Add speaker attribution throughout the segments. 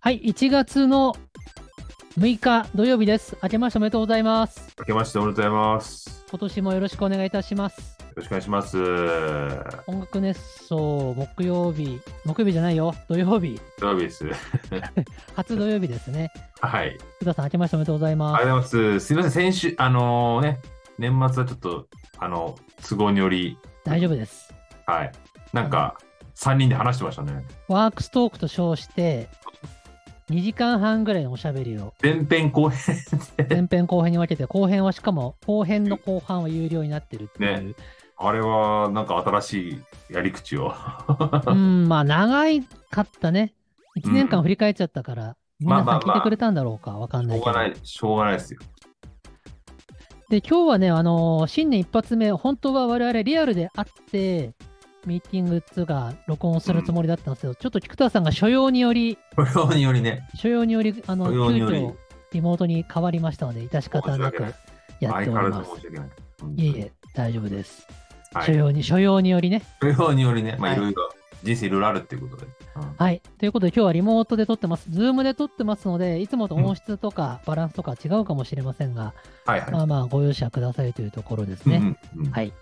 Speaker 1: はい、1月の6日土曜日です。明けましておめでとうございます。
Speaker 2: 明けましておめでとうございます。
Speaker 1: 今年もよろしくお願いいたします。
Speaker 2: よろしくお願いします。
Speaker 1: 音楽熱奏、木曜日、木曜日じゃないよ、土曜日、
Speaker 2: 土曜日です。
Speaker 1: 初土曜日ですね。
Speaker 2: はい。
Speaker 1: 福田さん、明けましておめでとうござい
Speaker 2: あ
Speaker 1: ま
Speaker 2: り
Speaker 1: す。
Speaker 2: がとうございます。すみません、先週、あのね、年末はちょっと、あの、都合により、
Speaker 1: 大丈夫です。
Speaker 2: はい。なんか、3人で話してましたね。
Speaker 1: ワークストークと称して、2時間半ぐらいのおしゃべ りを、
Speaker 2: 前編後編で、
Speaker 1: 前編後編に分けて、後編はしかも、後編の後半は有料になってるっていう。
Speaker 2: あれは、なんか新しいやり口を。
Speaker 1: うん、まあ、長いかったね。1年間
Speaker 2: うん
Speaker 1: 振り返っちゃったから、
Speaker 2: まあ
Speaker 1: 皆さん聞い
Speaker 2: まあま
Speaker 1: て
Speaker 2: あ
Speaker 1: くれたんだろうか、わかん
Speaker 2: し
Speaker 1: な
Speaker 2: ょ
Speaker 1: いうけど
Speaker 2: が。ない、しょうがないですよ。
Speaker 1: で、今日はね、あのー新年一発目、本当は我々リアルで会って、ミーティングっつうか、録音するつもりだったんですけど、ちょっと菊田さんが所要により、
Speaker 2: 不要によりね、
Speaker 1: 所要により、あの、
Speaker 2: 所
Speaker 1: 急
Speaker 2: 要により
Speaker 1: 遽リモートに変わりましたので、致し方なく
Speaker 2: 申し
Speaker 1: や
Speaker 2: 相
Speaker 1: って
Speaker 2: 変
Speaker 1: お
Speaker 2: わ
Speaker 1: り
Speaker 2: ら
Speaker 1: ま
Speaker 2: ず
Speaker 1: す。
Speaker 2: 申し訳ない。
Speaker 1: いえいえ、大丈夫です。
Speaker 2: は
Speaker 1: 所
Speaker 2: い。
Speaker 1: 要に、所要によりね。
Speaker 2: 不要によりね、まあ、
Speaker 1: はい
Speaker 2: いろいろ、人生いろいろあるっていうことで。うん
Speaker 1: はい。ということで、今日はリモートで撮ってます。ズームで撮ってますので、いつもと音質とかバランスとか違うかもしれませんが、
Speaker 2: はいはい
Speaker 1: ま。あまあ、ご容赦くださいというところです
Speaker 2: うん
Speaker 1: ね。
Speaker 2: うんうん
Speaker 1: はい。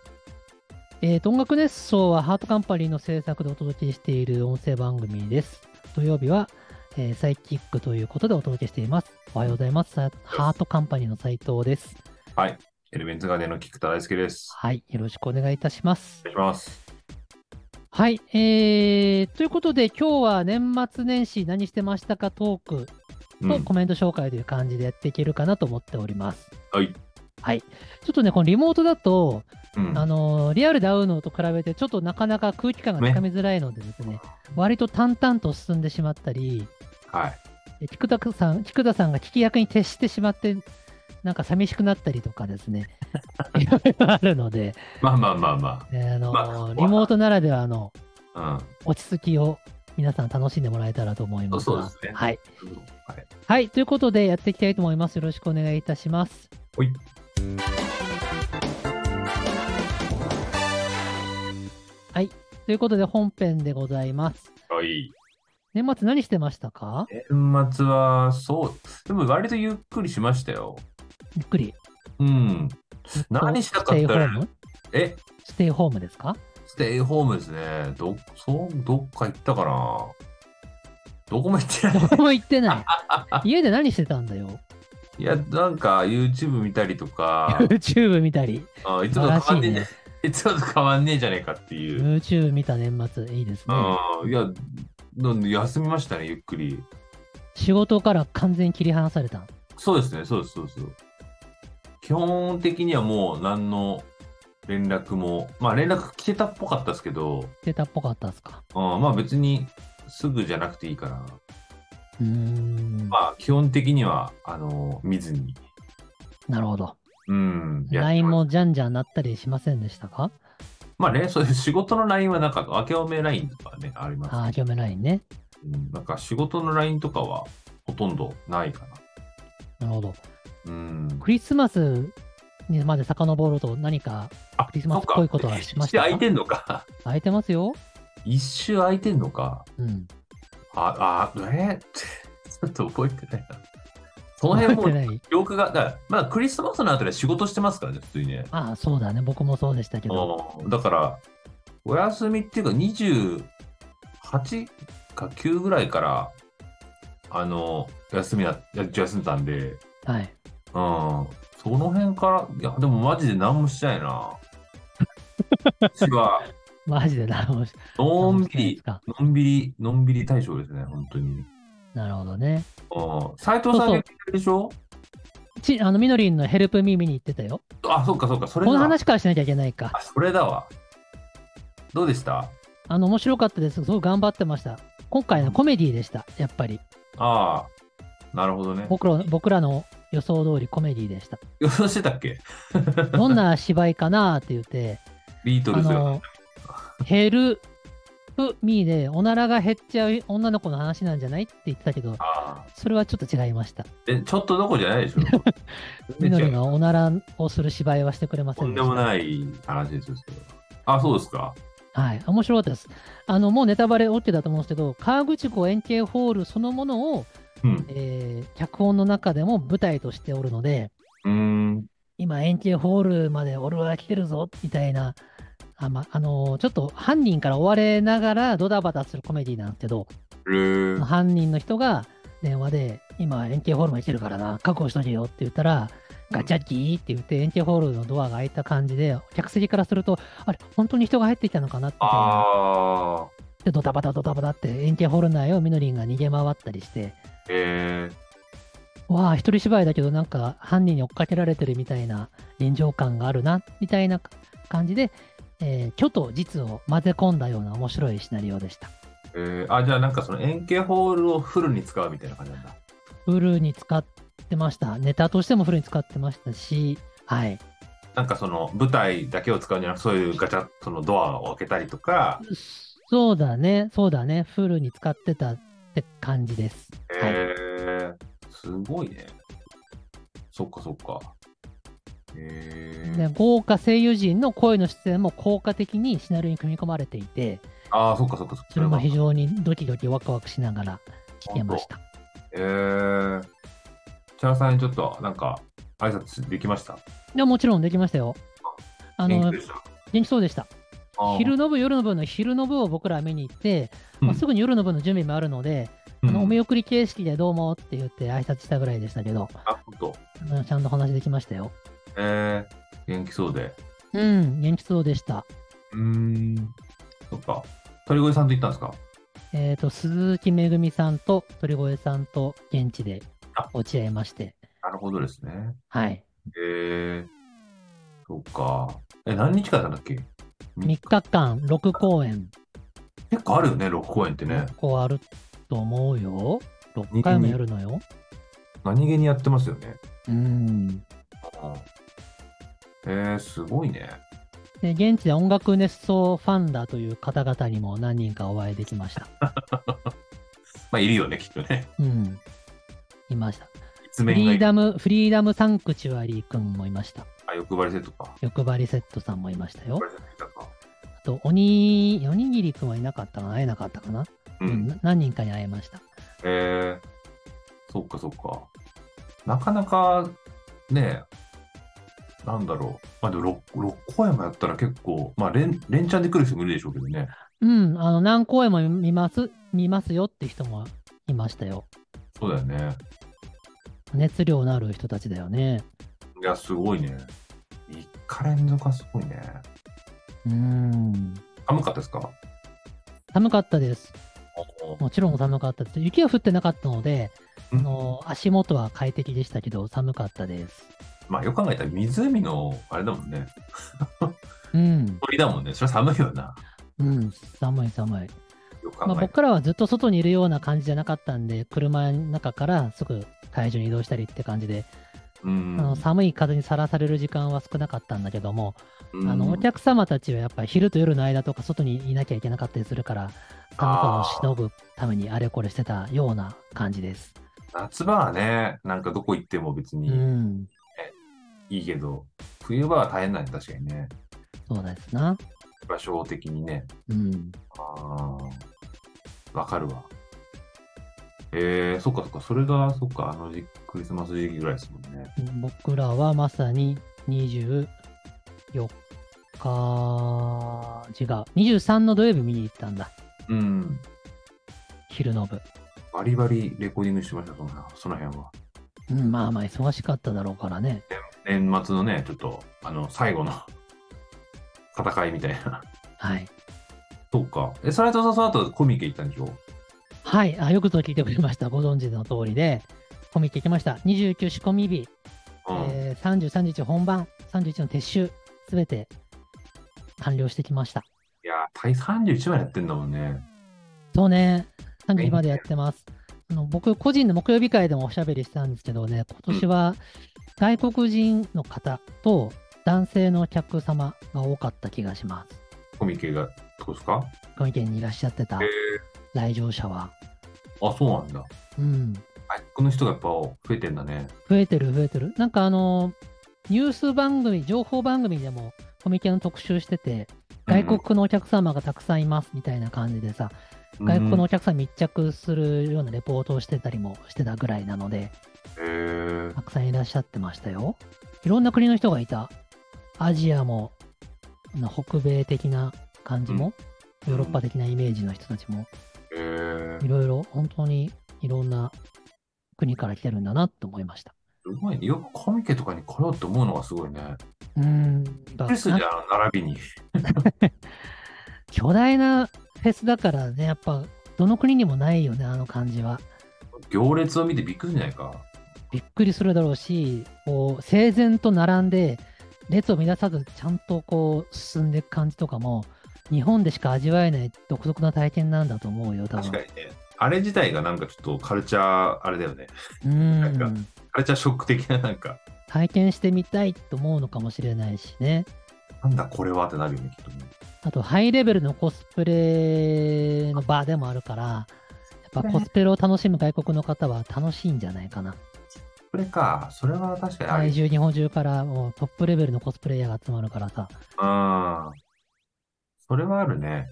Speaker 1: えーと、音楽熱奏はハートカンパニーの制作でお届けしている音声番組です。土曜日は、えーサイキックということでお届けしています。おはようございます。さハートカンパニーの斉藤です。
Speaker 2: はい。エレメンツガーデンの菊田大輔です。
Speaker 1: はい。よろしくお願いいたします
Speaker 2: お。願いします。
Speaker 1: はい。えー、ということで、今日は年末年始何してましたかトーク
Speaker 2: う
Speaker 1: と
Speaker 2: ん。
Speaker 1: コメント紹介という感じでやっていけるかなと思っております。
Speaker 2: は
Speaker 1: ち
Speaker 2: い。
Speaker 1: ょっとね、このリモートだと、
Speaker 2: うん
Speaker 1: あのーリアルで会うのと比べて、ちょっとなかなか空気感がつかみづらいのでですね、割と淡々と進んでしまったり、
Speaker 2: はい。
Speaker 1: え菊田さん菊田さんが聞き役に徹してしまって、なんか寂しくなったりとかです ね、いろいろあるので、
Speaker 2: まあまあまあま
Speaker 1: えーあのー
Speaker 2: まあ
Speaker 1: リモートならではの
Speaker 2: あ。
Speaker 1: 落ち着きを皆さん楽しんでもらえたらと思いますが
Speaker 2: そうですね
Speaker 1: はい。
Speaker 2: うん。はい。
Speaker 1: はい、ということでやっていきたいと思います。よろしくお願いいたします。
Speaker 2: ほい
Speaker 1: はい、ということで本編でございます。
Speaker 2: はい。
Speaker 1: 年末何してましたか
Speaker 2: 年末は、そう。でも割とゆっくりしましたよ。
Speaker 1: ゆっくり。
Speaker 2: うん。何したか
Speaker 1: ステ
Speaker 2: っ
Speaker 1: イホー
Speaker 2: たら、
Speaker 1: ム
Speaker 2: え、
Speaker 1: ステイホームですか
Speaker 2: ステイホームですね。ど、そう、どっか行ったかな。どこも行って ない。
Speaker 1: どこも行って ない。家で何してたんだよ。
Speaker 2: いや、なんか YouTube 見たりと か、
Speaker 1: YouTube 見たり。
Speaker 2: あいつ
Speaker 1: 素
Speaker 2: も
Speaker 1: 晴ら
Speaker 2: と変
Speaker 1: し
Speaker 2: わ
Speaker 1: い
Speaker 2: ん
Speaker 1: ね
Speaker 2: ねえじゃ。 いつもと変わんねえじゃねえかっていう。
Speaker 1: YouTube 見た年末、いいですね。
Speaker 2: うん。いや、なんで休みましたね、ゆっくり。
Speaker 1: 仕事から完全に切り離された。
Speaker 2: そうですね、そうです、そうです。基本的にはもう何の連絡も、まあ連絡来てたっぽかったですけど、
Speaker 1: 出たっぽかったですか
Speaker 2: うん、まあ別にすぐじゃなくていいから、
Speaker 1: うーん。
Speaker 2: まあ基本的には、あの、見ずに。
Speaker 1: なるほど。
Speaker 2: うん。やってます
Speaker 1: LINE もじゃんじゃんなったりしませんでしたか
Speaker 2: まあね、そういう仕事の LINE はなんか、明けおめ LINE とかね、あります
Speaker 1: ああ、業務 LINE ね。
Speaker 2: うん。なんか仕事の LINE とかはほとんどないか
Speaker 1: なるほど。
Speaker 2: な。うん。
Speaker 1: クリスマスにまで遡ると何か
Speaker 2: あ
Speaker 1: クリスマスっぽいことはしましたか
Speaker 2: 一周空いてんのか。
Speaker 1: 空いてますよ。
Speaker 2: 一周空いてんのか。
Speaker 1: うん。
Speaker 2: あ、あ、えーちょっと覚えてないな。その辺も
Speaker 1: 覚えてない。
Speaker 2: 記憶が、だからまだクリスマスの後で仕事してますからね、普通にね。
Speaker 1: ああ、そうだね。僕もそうでしたけど。
Speaker 2: うんだから、お休みっていうか28か9ぐらいから、あの、休みな、や休んだんで、うん。
Speaker 1: はい。
Speaker 2: その辺から、いや、でもマジで何もしてないな。 私は、
Speaker 1: マジで何もし
Speaker 2: のんび
Speaker 1: 何もしてないです
Speaker 2: り、
Speaker 1: か
Speaker 2: のんびり、のんびり大将ですね、本当に。
Speaker 1: なるほどね。
Speaker 2: うん斉藤さんが言ってるでしょ
Speaker 1: ち、あの、みのりんのヘルプミー見に行ってたよ。
Speaker 2: あ、そっかそっか、それ
Speaker 1: この
Speaker 2: だわ。
Speaker 1: 話からしなきゃいけないか。
Speaker 2: あ、それだわ。どうでした
Speaker 1: あの、面白かったです。すごい頑張ってました。今回のコメディでした。やっぱり。
Speaker 2: ああ、なるほどね。
Speaker 1: 僕ら僕らの予想通りコメディでした。
Speaker 2: 予想してたっけ
Speaker 1: どんな芝居かなって言って、
Speaker 2: ビート
Speaker 1: あ
Speaker 2: ルズが。
Speaker 1: の、ヘルプミーでおならが減っちゃう女の子の話なんじゃないって言ってたけど、
Speaker 2: ああ
Speaker 1: それはちょっと違いました。
Speaker 2: え、ちょっとどこじゃないでしょ
Speaker 1: み
Speaker 2: 全
Speaker 1: の
Speaker 2: 然違
Speaker 1: り
Speaker 2: う
Speaker 1: がおならをする芝居はしてくれませ
Speaker 2: と
Speaker 1: ん
Speaker 2: ん
Speaker 1: で
Speaker 2: で
Speaker 1: した。
Speaker 2: もない話ですよ。それはあ、そうですか。
Speaker 1: はい、面白かったです。あの、もうネタバレ OK だと思うんですけど、河口湖円形ホールそのものを、
Speaker 2: うん。
Speaker 1: えー脚本の中でも舞台としておるので、
Speaker 2: うーん。
Speaker 1: 今円形ホールまで俺は来てるぞ、みたいな、あまあのちょっと犯人から追われながらドダバタするコメディなんですけど、
Speaker 2: るー
Speaker 1: 犯人の人が電話で、今、円形ホールまで来てるからな、確保しとけよって言ったら、ガチャキーって言って、円形ホールのドアが開いた感じで、客席からすると、あれ、本当に人が入ってきたのかなって、
Speaker 2: あー。
Speaker 1: でドタバタドタバタって、円形ホール内をみのりんが逃げ回ったりして、
Speaker 2: えー。
Speaker 1: わあ、一人芝居だけど、なんか犯人に追っかけられてるみたいな臨場感があるな、みたいな感じで、えー虚と実を混ぜ込んだような面白いシナリオでした。
Speaker 2: えー、あ、じゃあなんかその円形ホールをフルに使うみたいな感じなんだ。
Speaker 1: フルに使ってました。ネタとしてもフルに使ってましたし、はい。
Speaker 2: なんかその舞台だけを使うんじゃなくそういうガチャッとのドアを開けたりとか、
Speaker 1: そうだね、そうだね、フルに使ってたって感じです。はい
Speaker 2: えー、すごいね。そっかそっか。え
Speaker 1: で
Speaker 2: ー、
Speaker 1: 豪華声優陣の声の出演も効果的にシナリオに組み込まれていて、
Speaker 2: ああ、そっかそっかそっか。
Speaker 1: それも非常にドキドキワクワクしながら聞けました。
Speaker 2: えー、千原さんにちょっとなんか挨拶できました
Speaker 1: でももちろんできましたよ。あ
Speaker 2: 元
Speaker 1: の
Speaker 2: 気でした
Speaker 1: 元気そうでした。
Speaker 2: あー
Speaker 1: 昼の部、夜の部の昼の部を僕ら見に行って、
Speaker 2: うん
Speaker 1: まあすぐに夜の部の準備もあるので、
Speaker 2: うん
Speaker 1: あのお見送り形式でどうもって言って挨拶したぐらいでしたけど、
Speaker 2: あほんと
Speaker 1: うんちゃんと話できましたよ。
Speaker 2: えー、元気そうで。
Speaker 1: うん、元気そうでした。
Speaker 2: うーん、そっか。鳥越さんと行ったんですか
Speaker 1: えっ、と、鈴木めぐみさんと鳥越さんと現地で
Speaker 2: あ
Speaker 1: 落ち合いまして、
Speaker 2: なるほどですね。
Speaker 1: はい。
Speaker 2: えー、そっか。え、何日間だっけ
Speaker 1: 3日間6公演、
Speaker 2: 結構あるよね、6公演ってね。
Speaker 1: ここあると思うよ。6回もやるのよ。
Speaker 2: 何気にやってますよね。
Speaker 1: うん。
Speaker 2: うん、えー、すごいね。
Speaker 1: で、現地で音楽熱奏ファンだという方々にも何人かお会いできました。
Speaker 2: まあ、いるよね、きっとね。
Speaker 1: うん。いました。
Speaker 2: 一
Speaker 1: フ
Speaker 2: 面が
Speaker 1: リ
Speaker 2: い
Speaker 1: ー
Speaker 2: る。
Speaker 1: ダム、フリーダムサンクチュアリーくんもいました。
Speaker 2: あ、欲張りセットか。
Speaker 1: 欲張りセットさんもいましたよ
Speaker 2: 欲張。りセットいたか。
Speaker 1: あと、おに、おにぎりくんはいなかったかな会えなかったかな、
Speaker 2: うん。
Speaker 1: うんな何人かに会えました。
Speaker 2: えー、そっかそっか。なかなか、ねなんだろう。まあ、でも 6, 6公演もやったら結構、まあ連、連チャンで来る人もいるでしょうけどね。
Speaker 1: うん、あの何公演も見ます、見ますよって人もいましたよ。
Speaker 2: そうだよね。
Speaker 1: 熱量のある人たちだよね。
Speaker 2: いや、すごいね。3日連続はすごいね。
Speaker 1: うーん。
Speaker 2: 寒かったですか
Speaker 1: 寒かったです。もちろん寒かったです。雪は降ってなかったので、
Speaker 2: うん
Speaker 1: あの足元は快適でしたけど、寒かったです。
Speaker 2: まあ、よく考えたら湖の、あれだもんね。
Speaker 1: うん、
Speaker 2: 鳥だもんね。それは寒いよな。
Speaker 1: うん、寒い寒い。
Speaker 2: よく考えたら
Speaker 1: まあ、僕らはずっと外にいるような感じじゃなかったんで、車の中からすぐ会場に移動したりって感じで、
Speaker 2: うん
Speaker 1: あの寒い風にさらされる時間は少なかったんだけども、
Speaker 2: うん
Speaker 1: あのお客様たちはやっぱり昼と夜の間とか外にいなきゃいけなかったりするから、寒さをしのぐためにあれこれしてたような感じです。
Speaker 2: 夏場はね、なんかどこ行っても別
Speaker 1: う
Speaker 2: に
Speaker 1: ん、
Speaker 2: いいけど、冬場は大変なんで確かにね。
Speaker 1: そうですな。
Speaker 2: 場所的にね。
Speaker 1: うん、
Speaker 2: あーわかるわ。えー、そっかそっか。それが、そっか、あのじクリスマス時期ぐらいですもんね。
Speaker 1: 僕らはまさに24日、違う、23の土曜日見に行ったんだ、
Speaker 2: うん。
Speaker 1: 昼の部。
Speaker 2: バリバリレコーディングしてました、その辺その辺は。
Speaker 1: うん、まあまあ忙しかっただろうからね。
Speaker 2: 年末のね、ちょっと、あの、最後の 戦いみたいな。
Speaker 1: はい。
Speaker 2: そうか。え、それとさ、その後コミケ行ったんでしょ
Speaker 1: はい。あ、よくぞ聞いてくれました。ご存知の通りで、コミック行きました。29仕込み日、
Speaker 2: うん。
Speaker 1: えー、33日本番、31の撤収、すべて完了してきました。
Speaker 2: いや、対31までやってんだもんね。
Speaker 1: そうね、31までやってます。あの僕、個人の木曜日会でもおしゃべりしたんですけどね、今年は外国人の方と男性のお客様が多かった気がします。
Speaker 2: コミケが、どうですか
Speaker 1: コミケにいらっしゃってた
Speaker 2: え
Speaker 1: 来場者は。
Speaker 2: ー、あ、そうなんだ。
Speaker 1: うん。
Speaker 2: 外国の人がやっぱ増えてんだね。
Speaker 1: 増えてる増えてる。なんかあの、ニュース番組、情報番組でもコミケの特集してて、外国のお客様がたくさんいますみたいな感じでさ、外国のお客さん密着するようなレポートをしてたりもしてたぐらいなので、
Speaker 2: へえ
Speaker 1: たくさんいらっしゃってましたよ。いろんな国の人がいた。アジアも、あの北米的な感じも、ヨーロッパ的なイメージの人たちも、
Speaker 2: へえ
Speaker 1: いろいろ、本当にいろんな国から来てるんだなって思いました。
Speaker 2: すごいね。よくコミケとかに来ようと思うのがすごいね。
Speaker 1: うーん、
Speaker 2: プレスじゃん、並びに。
Speaker 1: 巨大なフェスだからね、やっぱ、どの国にもないよね、あの感じは。
Speaker 2: 行列を見てびっくりじゃないか。
Speaker 1: びっくりするだろうし、こう、整然と並んで、列を乱さず、ちゃんとこう、進んでいく感じとかも、日本でしか味わえない独特な体験なんだと思うよ、多分。
Speaker 2: 確かにね。あれ自体がなんかちょっとカルチャー、あれだよね。
Speaker 1: う
Speaker 2: なんんカルチャーショック的ななんか、
Speaker 1: 体験してみたいと思うのかもしれないしね。
Speaker 2: なんだこれはってなるよね、きっとね。
Speaker 1: あと、ハイレベルのコスプレの場でもあるから、やっぱコスプレを楽しむ外国の方は楽しいんじゃないかな。
Speaker 2: これか。それは確かにあ
Speaker 1: 体
Speaker 2: り。
Speaker 1: 中、日本中からもうトップレベルのコスプレイヤーが集まるからさ。
Speaker 2: うん。それはあるね。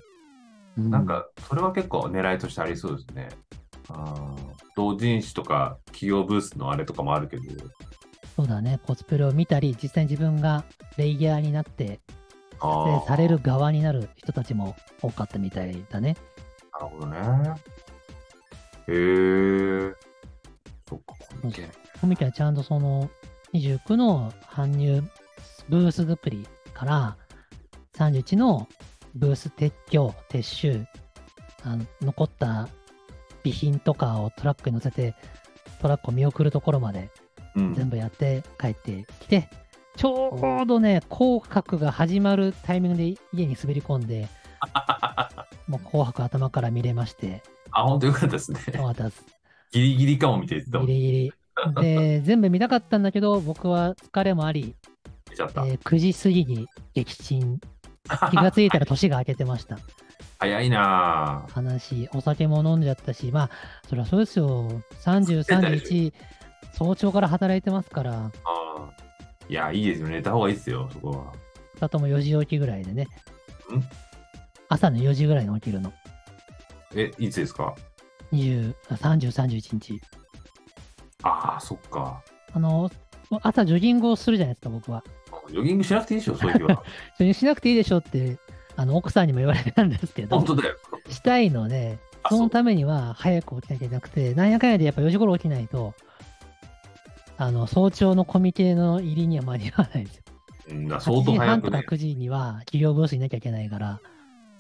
Speaker 1: う
Speaker 2: なん、か、それは結構狙いとしてありそうですね。あー同人誌とか企業ブースのあれとかもあるけど、
Speaker 1: そうだね、コスプレを見たり、実際に自分がレイヤーになって、撮影
Speaker 2: あー
Speaker 1: される側になる人たちも多かったみたいだね。
Speaker 2: なるほどね。へえ。そっか、コミケ。
Speaker 1: コミケはちゃんとその29の搬入ブース作りから31のブース撤去、撤収、あの残った備品とかをトラックに乗せてトラックを見送るところまで
Speaker 2: うん
Speaker 1: 全部やって帰ってきて、ちょうどね、紅白が始まるタイミングで家に滑り込ん で、もう紅白頭から見れまして、
Speaker 2: あ、本当よかったですね。
Speaker 1: よかったです。
Speaker 2: ギリギリかもみたいな言ってたも
Speaker 1: ギ
Speaker 2: ん。見
Speaker 1: リギリ。 で、全部見たかったんだけど、僕は疲れもあり、
Speaker 2: ちゃった。
Speaker 1: えー9時過ぎに撃沈。気がついたら年が明けてました。
Speaker 2: 早いなぁ。
Speaker 1: 悲しい。お酒も飲んじゃったし、まあ、そりゃそうですよ。30、31、早朝から働いてますから、
Speaker 2: あーいや、いいですよ。寝た方がいいですよ、そこは。
Speaker 1: 2とも4時起きぐらいでね。朝の4時ぐらいに起きるの。
Speaker 2: え、いつですか
Speaker 1: 20あ30、31日。
Speaker 2: ああ、そっか。
Speaker 1: あの、朝ジョギングをするじゃないですか、僕は。
Speaker 2: ジョギングしなくていいでしょ、そういう日 は。
Speaker 1: それにしなくていいでしょって、あの、奥さんにも言われたんですけど
Speaker 2: 本、当だよ。
Speaker 1: したいので、
Speaker 2: あ
Speaker 1: その
Speaker 2: う
Speaker 1: ためには早く起きなきゃいけなくて、なんやかんやでやっぱ4時頃起きないと、あの、早朝のコミケの入りには間に合わないですよ。
Speaker 2: うんだ相
Speaker 1: 8
Speaker 2: 当
Speaker 1: 時
Speaker 2: 早
Speaker 1: 半と
Speaker 2: く
Speaker 1: か
Speaker 2: ね。
Speaker 1: 9時には企業ブースにいなきゃいけないから、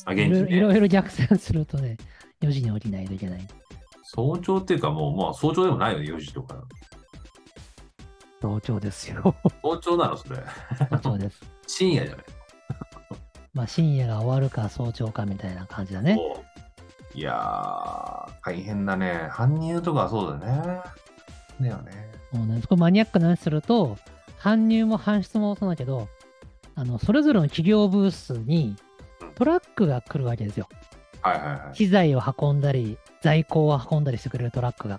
Speaker 2: あ、現
Speaker 1: いろい
Speaker 2: 地
Speaker 1: ろ
Speaker 2: ね
Speaker 1: いろいろ逆算するとね、4時に起きないといけない。
Speaker 2: 早朝っていうかもう、まあ早朝でもないよね、4時とか。
Speaker 1: 早朝ですよ。
Speaker 2: 早朝なの、それ。
Speaker 1: 早朝 です。
Speaker 2: 深夜じゃない。
Speaker 1: まあ深夜が終わるか早朝かみたいな感じだね。
Speaker 2: そういやー、大変だね。搬入とかはそうだね。だよね。
Speaker 1: もうね、そこマニアックな話すると、搬入も搬出もそうだけど、あの、それぞれの企業ブースにトラックが来るわけですよ。
Speaker 2: はいはいはい。
Speaker 1: 機材を運んだり、在庫を運んだりしてくれるトラックが、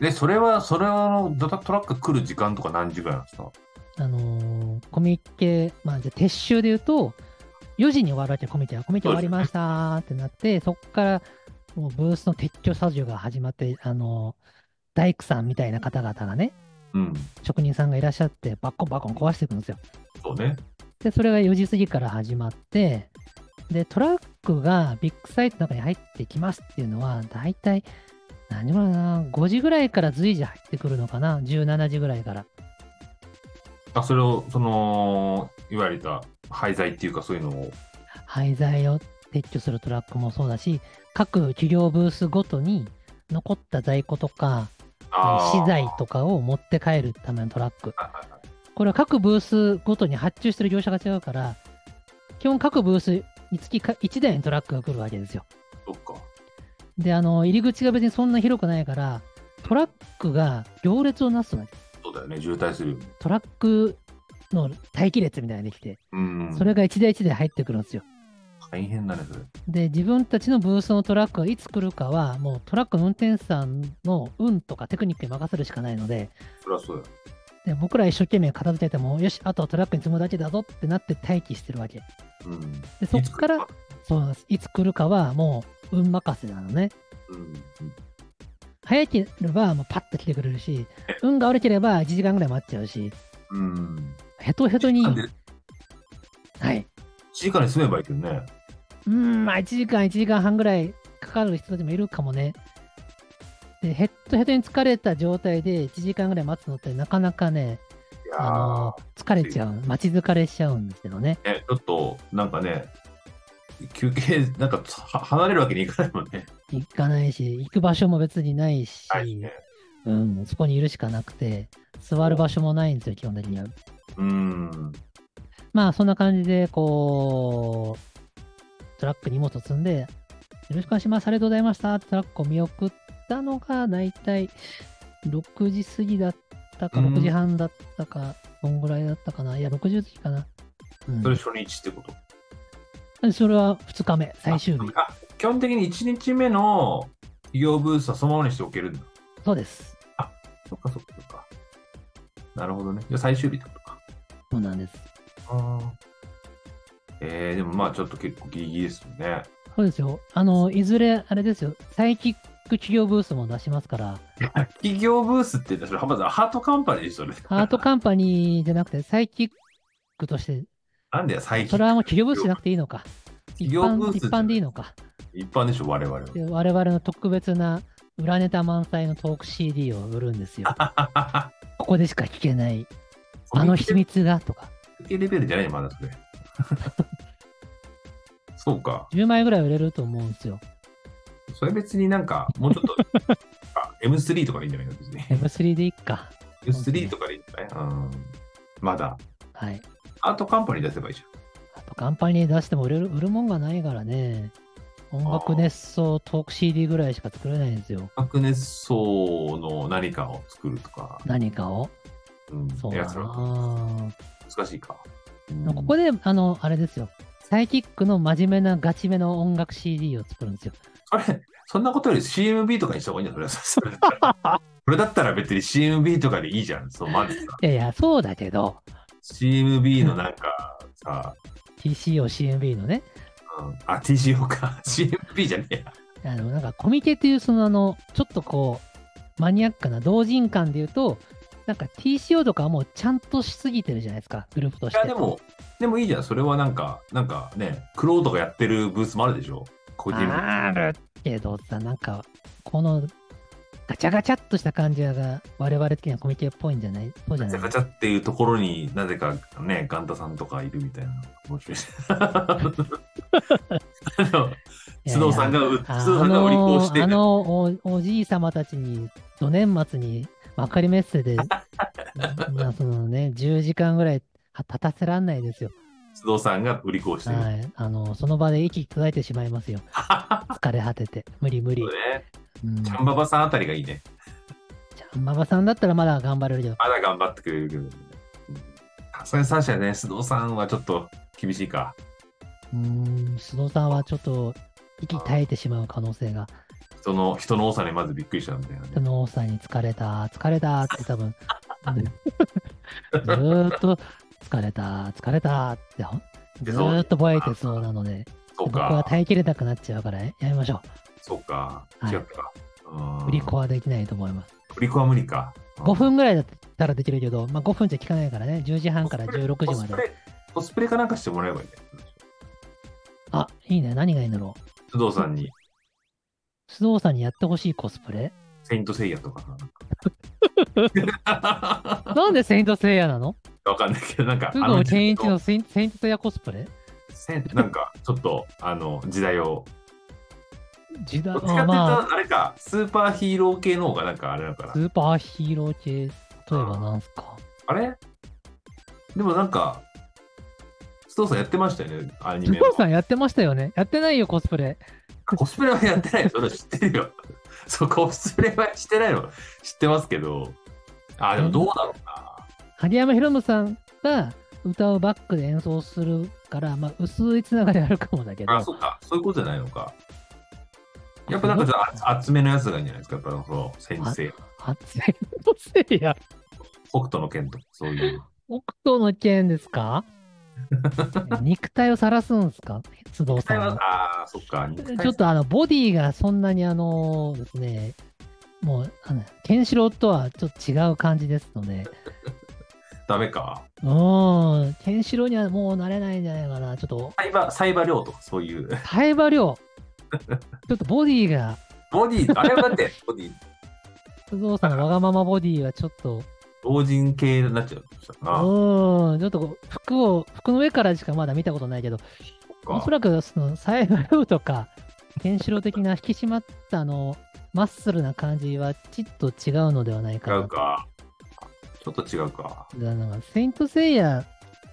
Speaker 2: で、それは、それは、ドタトラック来る時間とか何時ぐらいなんですか
Speaker 1: あのーコミケ、まあ、じゃあ撤収で言うと、4時に終わるわけ、コミケは。コミケ終わりましたーってなって、そこからもうブースの撤去作業が始まって、あのー大工さんみたいな方々がね、
Speaker 2: うん。
Speaker 1: 職人さんがいらっしゃって、バッコンバッコン壊していくんですよ。
Speaker 2: そうね。
Speaker 1: で、それが4時過ぎから始まって、で、トラックがビッグサイトの中に入ってきますっていうのは、だいたい、何もな、5時ぐらいから随時入ってくるのかな、17時ぐらいから。
Speaker 2: あ、それを、その、いわゆるた廃材っていうか、そういうのを。
Speaker 1: 廃材を撤去するトラックもそうだし、各企業ブースごとに残った在庫とか、
Speaker 2: あー
Speaker 1: 資材とかを持って帰るためのトラック。
Speaker 2: はいはいはい
Speaker 1: これは各ブースごとに発注してる業者が違うから、基本各ブースにつきか1台のトラックが来るわけですよ。
Speaker 2: そっか。
Speaker 1: で、あの、入り口が別にそんな広くないから、トラックが行列をなすわけ。
Speaker 2: そうだよね。渋滞するよね。
Speaker 1: トラックの待機列みたいなのができて、
Speaker 2: うん。
Speaker 1: それが一台一台入ってくるんですよ。
Speaker 2: 大変だね、それ。
Speaker 1: で、自分たちのブースのトラックがいつ来るかは、もうトラックの運転手さんの運とかテクニックに任せるしかないので、
Speaker 2: それはそうだよ。
Speaker 1: で僕ら一生懸命片付けても、よし、あとはトラックに積むだけだぞってなって待機してるわけ。
Speaker 2: うん。
Speaker 1: で、そっから、そうなんです。いつ来るかはもう運任せなのね。
Speaker 2: うん。
Speaker 1: 早ければもうパッと来てくれるし、運が悪ければ1時間ぐらい待っちゃうし、
Speaker 2: うん。
Speaker 1: ヘトヘトに、
Speaker 2: なんで
Speaker 1: は
Speaker 2: 1
Speaker 1: い。
Speaker 2: 時間で済めばいいけどね。
Speaker 1: うーん、まあ1時間、1時間半ぐらいかかる人たちもいるかもね。で、ヘッドヘッドに疲れた状態で1時間ぐらい待つのってなかなかね、
Speaker 2: いやー
Speaker 1: あの疲れちゃう、待ち疲れしちゃうんですけどね。
Speaker 2: ね、ちょっと、なんかね、休憩、なんかは離れるわけにいかないもんね。
Speaker 1: 行かないし、行く場所も別にないし、
Speaker 2: ね。
Speaker 1: うん、そこにいるしかなくて、座る場所もないんですよ、基本的には。
Speaker 2: うん。
Speaker 1: まあ、そんな感じで、こう、トラックに荷物を積んで、よろしくお願いします。ありがとうございました。トラックを見送ったのが、だいたい6時過ぎだったか、
Speaker 2: うん
Speaker 1: 6時半だったか、こんぐらいだったかな。いや、6時過ぎかな。うん
Speaker 2: それ初日ってこと。
Speaker 1: それは2日目、最終日。
Speaker 2: あ、基本的に1日目の企業ブースはそのままにしておけるんだ。
Speaker 1: そうです。
Speaker 2: そっかそっかそっか。なるほどね。じゃあ最終日ってことか。
Speaker 1: そうなんです。
Speaker 2: ああ。えー、でもまあちょっと結構ギリギリですよね。
Speaker 1: そうですよ。あの、いずれ、あれですよ、サイキック企業ブースも出しますから、
Speaker 2: 企業ブースって言ったら、浜田さんハートカンパニーでしょ、ね、
Speaker 1: ハートカンパニーじゃなくて、サイキックとして、
Speaker 2: なんだよ、最近
Speaker 1: それ。はもう企業ブースじゃなくていいのか。一
Speaker 2: 企業ブ
Speaker 1: 般
Speaker 2: ース
Speaker 1: 一般でいいのか。
Speaker 2: 一般でしょ、我々は。
Speaker 1: で我々の特別な裏ネタ満載のトーク CD を売るん ですよ。ここでしか聞けない、あの秘密がとか、
Speaker 2: レベルじゃないよ、まだそ れ。そうか。
Speaker 1: 10枚ぐらい売れると思うんですよ。
Speaker 2: それ別になんか、もうちょっと、 あ M3 とかでいいんじゃないか、別に。
Speaker 1: M3 でいっか。
Speaker 2: M3 とかでいいんじゃないうん。まだ。
Speaker 1: はい。
Speaker 2: アートカンパニー出せばいいじ
Speaker 1: あと、カンパニー出しても売れる売るもんがないからね、音楽熱奏トーク CD ぐらいしか作れないんですよ。
Speaker 2: ゃん。白熱層の何かを作るとか。
Speaker 1: 何かを。
Speaker 2: うん。
Speaker 1: そう
Speaker 2: い
Speaker 1: だ
Speaker 2: や、それは
Speaker 1: な
Speaker 2: 難しいか。
Speaker 1: ぁ。ここ
Speaker 2: で。
Speaker 1: で、あの、あれですよ。サイキックの真面目なガチめの音楽 CD を作るんですよ。
Speaker 2: それ、そんなことより CMB とかにした方がいいんじゃないそれは それだったらそれだったら別に CMB とかでいいじゃん。そう、まずさ。
Speaker 1: いやいや、そうだけど、
Speaker 2: CMB のなんかさ、
Speaker 1: TCO、CMB のね、
Speaker 2: うん、あ、TCO か。CMB じゃねえや。
Speaker 1: あの、なんかコミケっていう、その、あの、ちょっとこう、マニアックな同人感で言うと、なんか TCO とかはもうちゃんとしすぎてるじゃないですか、グループと
Speaker 2: い
Speaker 1: して。
Speaker 2: や、でも、でもいいじゃん。それはなんか、なんかね、クローとかやってるブースもあるでしょ。個人
Speaker 1: あるけどさ、なんか、この、ガチャガチャっとした感じが、我々的にはコミケっぽいんじゃないそうじゃ
Speaker 2: ガ
Speaker 1: な
Speaker 2: チ
Speaker 1: い
Speaker 2: ャガチャっていうところになぜかね、ガンタさんとかいるみたいな。面白い。あの
Speaker 1: いや
Speaker 2: 須藤さんが、須藤さんが売り子をして
Speaker 1: あ
Speaker 2: る、
Speaker 1: のーあのおおじい様たちに、土年末に幕張メッセで、 なそのね、10時間ぐらいは立たせらんないですよ。
Speaker 2: 須藤さんが売り子をしてる。
Speaker 1: はい。あの、その場で息途絶えてしまいますよ。疲れ果てて。無理無理
Speaker 2: そう。ね。
Speaker 1: うん、
Speaker 2: ち
Speaker 1: ち
Speaker 2: ゃんばばさんあたりがいいね。
Speaker 1: ゃんばばさんだったらまだ頑張れるけど、
Speaker 2: まだ頑張ってくれるけど。うんさすがに三者ね、須藤さんはちょっと厳しいか。
Speaker 1: うーん、須藤さんはちょっと息絶えてしまう可能性が、
Speaker 2: 人の、人の多さにまずびっくりしたみたいなね
Speaker 1: そ。の多さに疲れた、疲れたって多分、ずーっと疲れた、疲れたって、ほんず
Speaker 2: でそう
Speaker 1: ーっとぼやいてそうなので、
Speaker 2: そう
Speaker 1: 僕は
Speaker 2: か、
Speaker 1: 耐えきれなくなっちゃうから、やめましょ
Speaker 2: そうか、
Speaker 1: はい
Speaker 2: 違ったか。うん
Speaker 1: う。売り子はできないと思います。
Speaker 2: 売り子は無理か。
Speaker 1: 5分ぐらいだったらできるけど、まあ5分じゃ効かないからね、10時半から16時ま
Speaker 2: コスプ
Speaker 1: で。
Speaker 2: レ。コスプレかなんかしてもらえばいいね。
Speaker 1: あ、いいね、何がいいんだろう。
Speaker 2: 須藤さんに、
Speaker 1: 須藤さんにやってほしいコスプ レ
Speaker 2: セイントセイヤとか な。なんか
Speaker 1: なんでセイントセイヤなの
Speaker 2: わかんないけど、なんか、
Speaker 1: 工藤健一
Speaker 2: あ
Speaker 1: のセインセイントセイヤコスプレ
Speaker 2: せんなんか、ちょっと、あの、時代を。
Speaker 1: 時代
Speaker 2: どっちかっていう
Speaker 1: あ
Speaker 2: と、
Speaker 1: まあ、
Speaker 2: あれか、スーパーヒーロー系の方が、なんかあれなのかな
Speaker 1: ス。ーパーヒーロー系、例えばなんすか。
Speaker 2: あれでもなんか、須藤さんやってましたよね、アニ
Speaker 1: 須
Speaker 2: メの
Speaker 1: 藤さんやってましたよねやってないよ、コスプレ。
Speaker 2: コスプレはやってないよ、それは知ってるよ。 そう、コスプレはしてないの知ってますけど、あ、でもどうだろうな。
Speaker 1: 萩山博文さんが歌をバックで演奏するから、まあ、薄いつながりあるかもだけど、
Speaker 2: あ、そうか、そういうことじゃないのか。やっぱなんかちょっとあ厚めのやつがいいんじゃないですか、やっぱその先生。
Speaker 1: 発声のせいや。
Speaker 2: 北斗の剣とか、そういう。
Speaker 1: 北斗の剣です か肉体を晒すんですか須藤さんは。
Speaker 2: ああ、そっか。肉体
Speaker 1: ちょっとあの、ボディがそんなにあのですね、もう、あのケンシロウとはちょっと違う感じですので、
Speaker 2: ダメか。
Speaker 1: うーん、ケンシロウにはもうなれないんじゃないかな。ちょっと、
Speaker 2: サイバー、サイバー量とか、そういう。
Speaker 1: 耐え場量、ちょっとボディが、
Speaker 2: ボディ、あれはだって、ボディ、
Speaker 1: 須藤さんのわがままボディはちょっと、
Speaker 2: 老人系になっちゃう
Speaker 1: う
Speaker 2: な。
Speaker 1: ーん、ちょっとこう服を、服の上からしかまだ見たことないけど、おそらくそのサイバルとか、ケンシロウ的な引き締まったあの、マッスルな感じはちっと違うのではないか
Speaker 2: 違
Speaker 1: な
Speaker 2: うか。ちょっと違うか。
Speaker 1: だからなんか、セイントセイヤ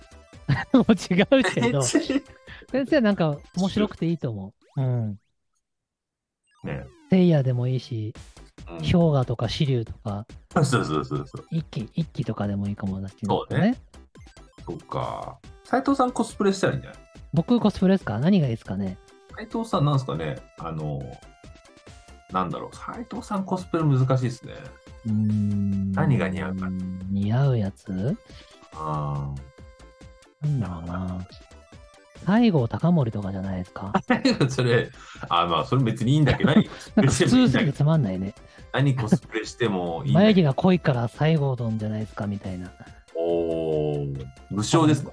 Speaker 1: も違う けど、セイントセイヤなんか面白くていいと思う。うん。
Speaker 2: ね
Speaker 1: セイヤでもいいし、
Speaker 2: うん
Speaker 1: 氷河とか支流とか、
Speaker 2: そうそうそうそう。
Speaker 1: 一気、一気とかでもいいかもだし、
Speaker 2: そうねそうか。斉藤さんコスプレしたらいいんじゃない
Speaker 1: 僕コスプレですか何がいいですかね
Speaker 2: 斉藤さんなんですかねあの、なんだろう。斉藤さんコスプレ難しいですね。
Speaker 1: うーん。
Speaker 2: 何が似合うか
Speaker 1: ーん似合うやつ
Speaker 2: あ
Speaker 1: なんだろうな。西郷隆盛とかじゃないですか。
Speaker 2: あ。 それ、あまあ、それ別にいい んだけど、何
Speaker 1: なんか普通すぎてつまんないね。
Speaker 2: 何コスプレしてもいいんだ
Speaker 1: 眉
Speaker 2: け
Speaker 1: 毛
Speaker 2: ど。
Speaker 1: が濃いから西郷どんじゃないですかみたいな。
Speaker 2: おー武将ですか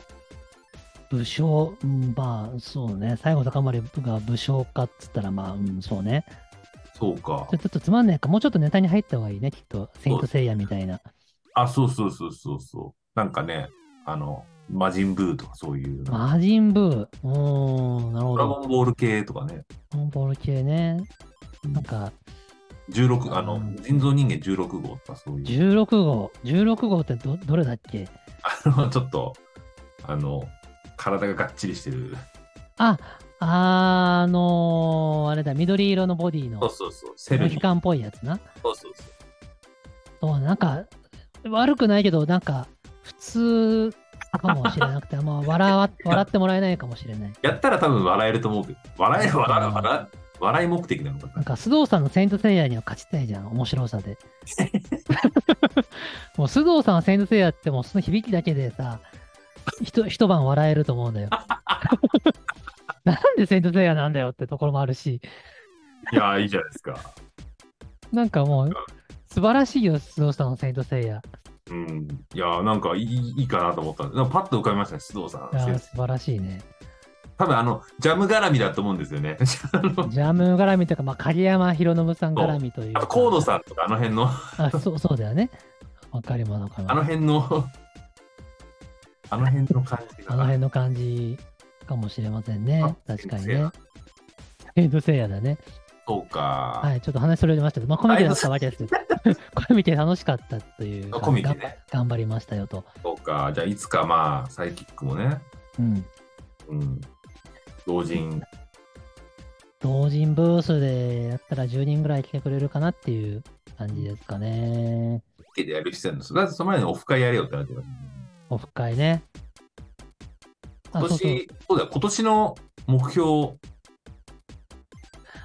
Speaker 1: 武将、うんまあそうね、西郷隆盛が武将かっつったらまあ、うん、そうね。
Speaker 2: そうか
Speaker 1: ちょ。ちょっとつまんないか、もうちょっとネタに入った方がいいね、きっと。セイントセイヤみたいな。
Speaker 2: あ、そうそうそうそうそう。なんかね、あの、魔人ブーとかそういう、ドラ
Speaker 1: 魔人ブー。うーん、なるほど。
Speaker 2: ゴンボール系とかね、
Speaker 1: ドラゴンボール系ね。なんか、
Speaker 2: 16、あの、人造人間16号とかそういう、
Speaker 1: 16号。16号ってどどれだっけ
Speaker 2: あの ちょっと、あの、体ががっちりしてる。
Speaker 1: あ、あのー、あれだ、緑色のボディ
Speaker 2: そう
Speaker 1: の、
Speaker 2: そうそう、セル
Speaker 1: モ
Speaker 2: に
Speaker 1: ヒ。カンっぽいやつな。
Speaker 2: そうそうそう。
Speaker 1: そう、なんか、悪くないけど、なんか、普通かもしれなくて、まあ、笑わ笑ってもらえないかもしれない。
Speaker 2: やったら多分笑えると思うけど、笑える、笑う、笑う、笑い目的なのか
Speaker 1: なん
Speaker 2: な。
Speaker 1: か、須藤さんのセイントセイヤには勝ちたいじゃん、面白さ で。もう、須藤さんはセイントセイヤって、もう、その響きだけでさ、ひと一晩笑えると思うんだ よ。なんでセイントセイヤなんだよってところもあるし、
Speaker 2: いや、いいじゃないですか。
Speaker 1: なんかもう、素晴らしいよ、須藤さんのセイントセイヤ。
Speaker 2: うん。いや、なんかいいいいかなと思ったんで、なんかパッと浮かびましたね、須藤さ
Speaker 1: いやー、
Speaker 2: ん。
Speaker 1: 素晴らしいね。
Speaker 2: 多分あの、ジャム絡みだと思うんですよね。あの
Speaker 1: ジャム絡みというか、まあ、影山博信さん絡みというか。
Speaker 2: あと、河野さんとか、あの辺の。
Speaker 1: あ、そう、そうだよね。わかります、わかり
Speaker 2: あの
Speaker 1: ます。
Speaker 2: 辺の、あの辺の感じが。
Speaker 1: あの辺の感じかもしれませんね
Speaker 2: あ。
Speaker 1: 確かに
Speaker 2: セイ
Speaker 1: ね
Speaker 2: ヤ。
Speaker 1: セイントセイヤだね。
Speaker 2: そうか。
Speaker 1: はい、ちょっと話それましたけど、まあ、コミケだったわけですけど、 コミケ楽しかったという、
Speaker 2: あコミケね。
Speaker 1: 頑張りましたよと。
Speaker 2: そうか。じゃあ、いつかまあ、サイキックもね、
Speaker 1: うん。
Speaker 2: うん。同人、
Speaker 1: 同人ブースでやったら10人ぐらい来てくれるかなっていう感じですかね。
Speaker 2: 家でやる必要あるんです。だってその前にオフ会やれよってなってる
Speaker 1: オフ会ね。あ、
Speaker 2: 今
Speaker 1: そうそう。
Speaker 2: 年、そうだよ、今年の目標、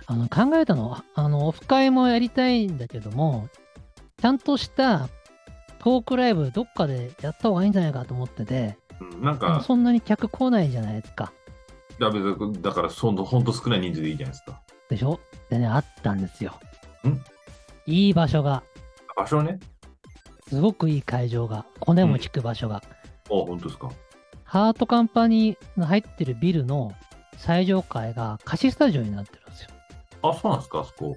Speaker 1: あの考えたのはあのオフ会もやりたいんだけどもちゃんとしたトークライブどっかでやった方がいいんじゃないかと思ってて
Speaker 2: うん、なん
Speaker 1: でも
Speaker 2: か、
Speaker 1: そんなに客来ないじゃないですか
Speaker 2: だめだだからその、ほんと少ない人数でいいじゃないですか。
Speaker 1: でしょでねあったんですよ
Speaker 2: ん
Speaker 1: いい場所が
Speaker 2: 場所ね。
Speaker 1: すごくいい会場が骨も効く場所が、
Speaker 2: お本当ですか。
Speaker 1: ハートカンパニーの入ってるビルの最上階が貸しスタジオになってるんですよ
Speaker 2: あ、そうなんですか、あそこ。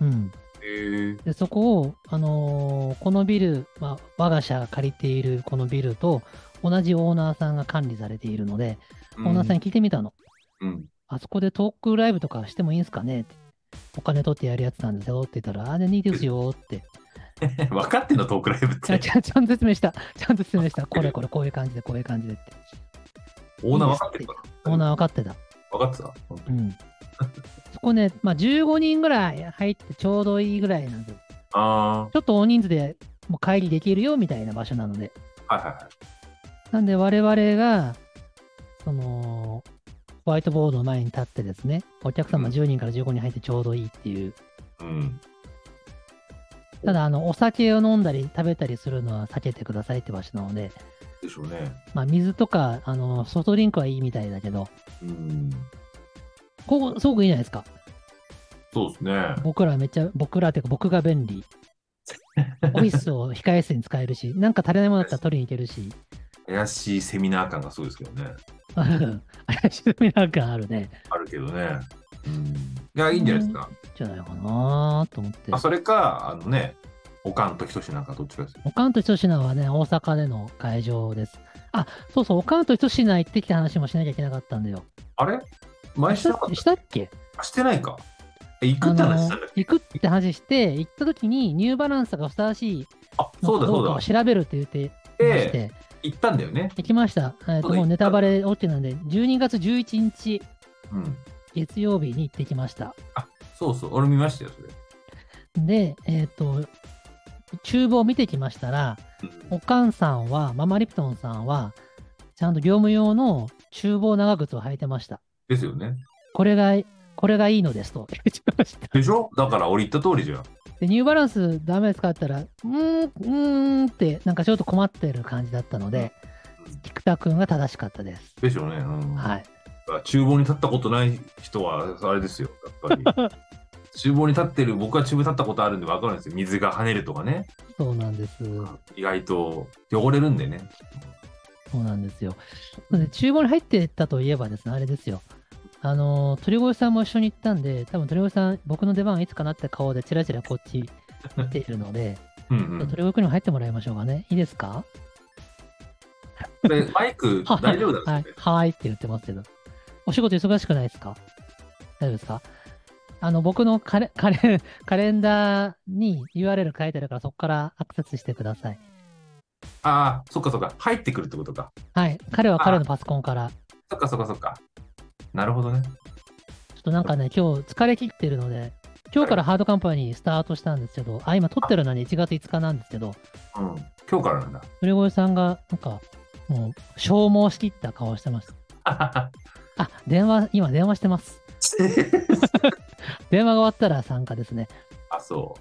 Speaker 1: うん
Speaker 2: へえ。
Speaker 1: でそこを、あのーこのビル、まあ、我が社が借りているこのビルと同じオーナーさんが管理されているので、オーナーさんに聞いてみたの。
Speaker 2: うん。
Speaker 1: あそこでトークライブとかしてもいいんすかねってお金取ってやるやつなんですよって言ったら、あれでいいですよって。
Speaker 2: うん、 分かってんの、トークライブっ
Speaker 1: ちゃ
Speaker 2: て。
Speaker 1: ちゃちゃんと説明した。ちゃんと説明した。これこれこういう感じでこういう感じでって。
Speaker 2: オーナー分かってるか
Speaker 1: オ
Speaker 2: ら。
Speaker 1: ーナー分かってた。
Speaker 2: 分かってた。本当
Speaker 1: う
Speaker 2: に
Speaker 1: ん。そこね、まあ、15人ぐらい入ってちょうどいいぐらいなんですよ。
Speaker 2: あ
Speaker 1: ちょっと大人数でもう帰りできるよみたいな場所なので。
Speaker 2: あ、はいはいはい。
Speaker 1: なんで我々が、その、ホワイトボードの前に立ってですね、お客様
Speaker 2: うん
Speaker 1: 10人から15人入ってちょうどいいっていう、
Speaker 2: うん。
Speaker 1: ただ、あの、お酒を飲んだり食べたりするのは避けてくださいって場所なので、
Speaker 2: でしょうね。
Speaker 1: まあ、水とか、あの、ソフトドリンクはいいみたいだけど、
Speaker 2: うん。
Speaker 1: ここ、すごくいいじゃないですか。
Speaker 2: そうですね。
Speaker 1: 僕らめっちゃ、僕らっていうか僕が便 利。オフィスを控え室に使えるし、なんか足りないものだったら取りに行けるし、
Speaker 2: 怪しいセミナー感がすごいですけどね。
Speaker 1: うん怪しみなんかあるね。
Speaker 2: あるけどね。うん。いや、いいんじゃないですか。
Speaker 1: じゃないかなと思って
Speaker 2: あ。それか、あのね、おかんとひとしなんかどっちかですよ。
Speaker 1: おかんとひとしなはね、大阪での会場です。あ、そうそう、おかんとひとしな行ってきた話もしなきゃいけなかったんだよ。
Speaker 2: あれ前してなかっ
Speaker 1: したっけ
Speaker 2: たあしてないか。え、行
Speaker 1: あ
Speaker 2: くって話
Speaker 1: の
Speaker 2: したんだっけ
Speaker 1: 行くって話して、行った時にニューバランスがふさわしい
Speaker 2: あ、そ
Speaker 1: のか
Speaker 2: うだ
Speaker 1: ど
Speaker 2: そうう
Speaker 1: か
Speaker 2: だ
Speaker 1: を。調べるって言ってまし
Speaker 2: で、
Speaker 1: て、
Speaker 2: 行ったんだよね。
Speaker 1: 行きました。えっと
Speaker 2: そうだ
Speaker 1: もうネタバレ OK なんで、12月11日
Speaker 2: うん。
Speaker 1: 月曜日に行ってきました。
Speaker 2: そうそう、俺見ましたよ、それ。
Speaker 1: で、えっ、と、厨房を見てきましたら、
Speaker 2: うん
Speaker 1: おかんさんは、ママリプトンさんは、ちゃんと業務用の厨房長靴を履いてました。
Speaker 2: ですよね。
Speaker 1: これが、これがいいのですと 言ってました。
Speaker 2: でしょだから俺言った通りじゃん。
Speaker 1: で、ニューバランスダメですかって言ったら、うーん、うーんって、なんかちょっと困ってる感じだったので、
Speaker 2: うん
Speaker 1: 菊田君が正しかったです。
Speaker 2: でしょうね。うん。
Speaker 1: はい。
Speaker 2: 厨房に立ったことない人は、あれですよ、や っぱり。厨房に立ってる、僕は厨房に立ったことあるんで分かるんですよ。水が跳ねるとかね。
Speaker 1: そうなんです。
Speaker 2: 意外と汚れるんでね。
Speaker 1: そうなんですよ。なので、厨房に入ってったといえばですね、あれですよ。あのー、鳥越さんも一緒に行ったんで、多分鳥越さん、僕の出番いつかなって顔でチラチラこっち見ているので、
Speaker 2: うん
Speaker 1: じ
Speaker 2: う
Speaker 1: ゃあ
Speaker 2: ん。
Speaker 1: 鳥越くんにも入ってもらいましょうかね。いいですか
Speaker 2: でマイク
Speaker 1: は
Speaker 2: 大丈夫だ
Speaker 1: はい
Speaker 2: よね。。
Speaker 1: はいって言ってますけど。お仕事忙しくないですか大丈夫ですかあの、僕のカレカレ カレンダーに URL 書いてあるから、そこからアクセスしてください。
Speaker 2: ああ、そっかそっか。入ってくるってことか。
Speaker 1: はい。彼は彼のパソコンから。
Speaker 2: そっかそっかそっか。なるほどね。
Speaker 1: ちょっとなんかね、今日疲れ切ってるので、今日からハードカンパニースタートしたんですけど、あ、今撮ってるのはね、1月5日なんですけど、
Speaker 2: うん。今日か らなんだ。
Speaker 1: 鳥越さんが、なんか、もう、消耗しきった顔してました。あ、電話、今電話してます。電話が終わったら参加ですね。
Speaker 2: あ、そ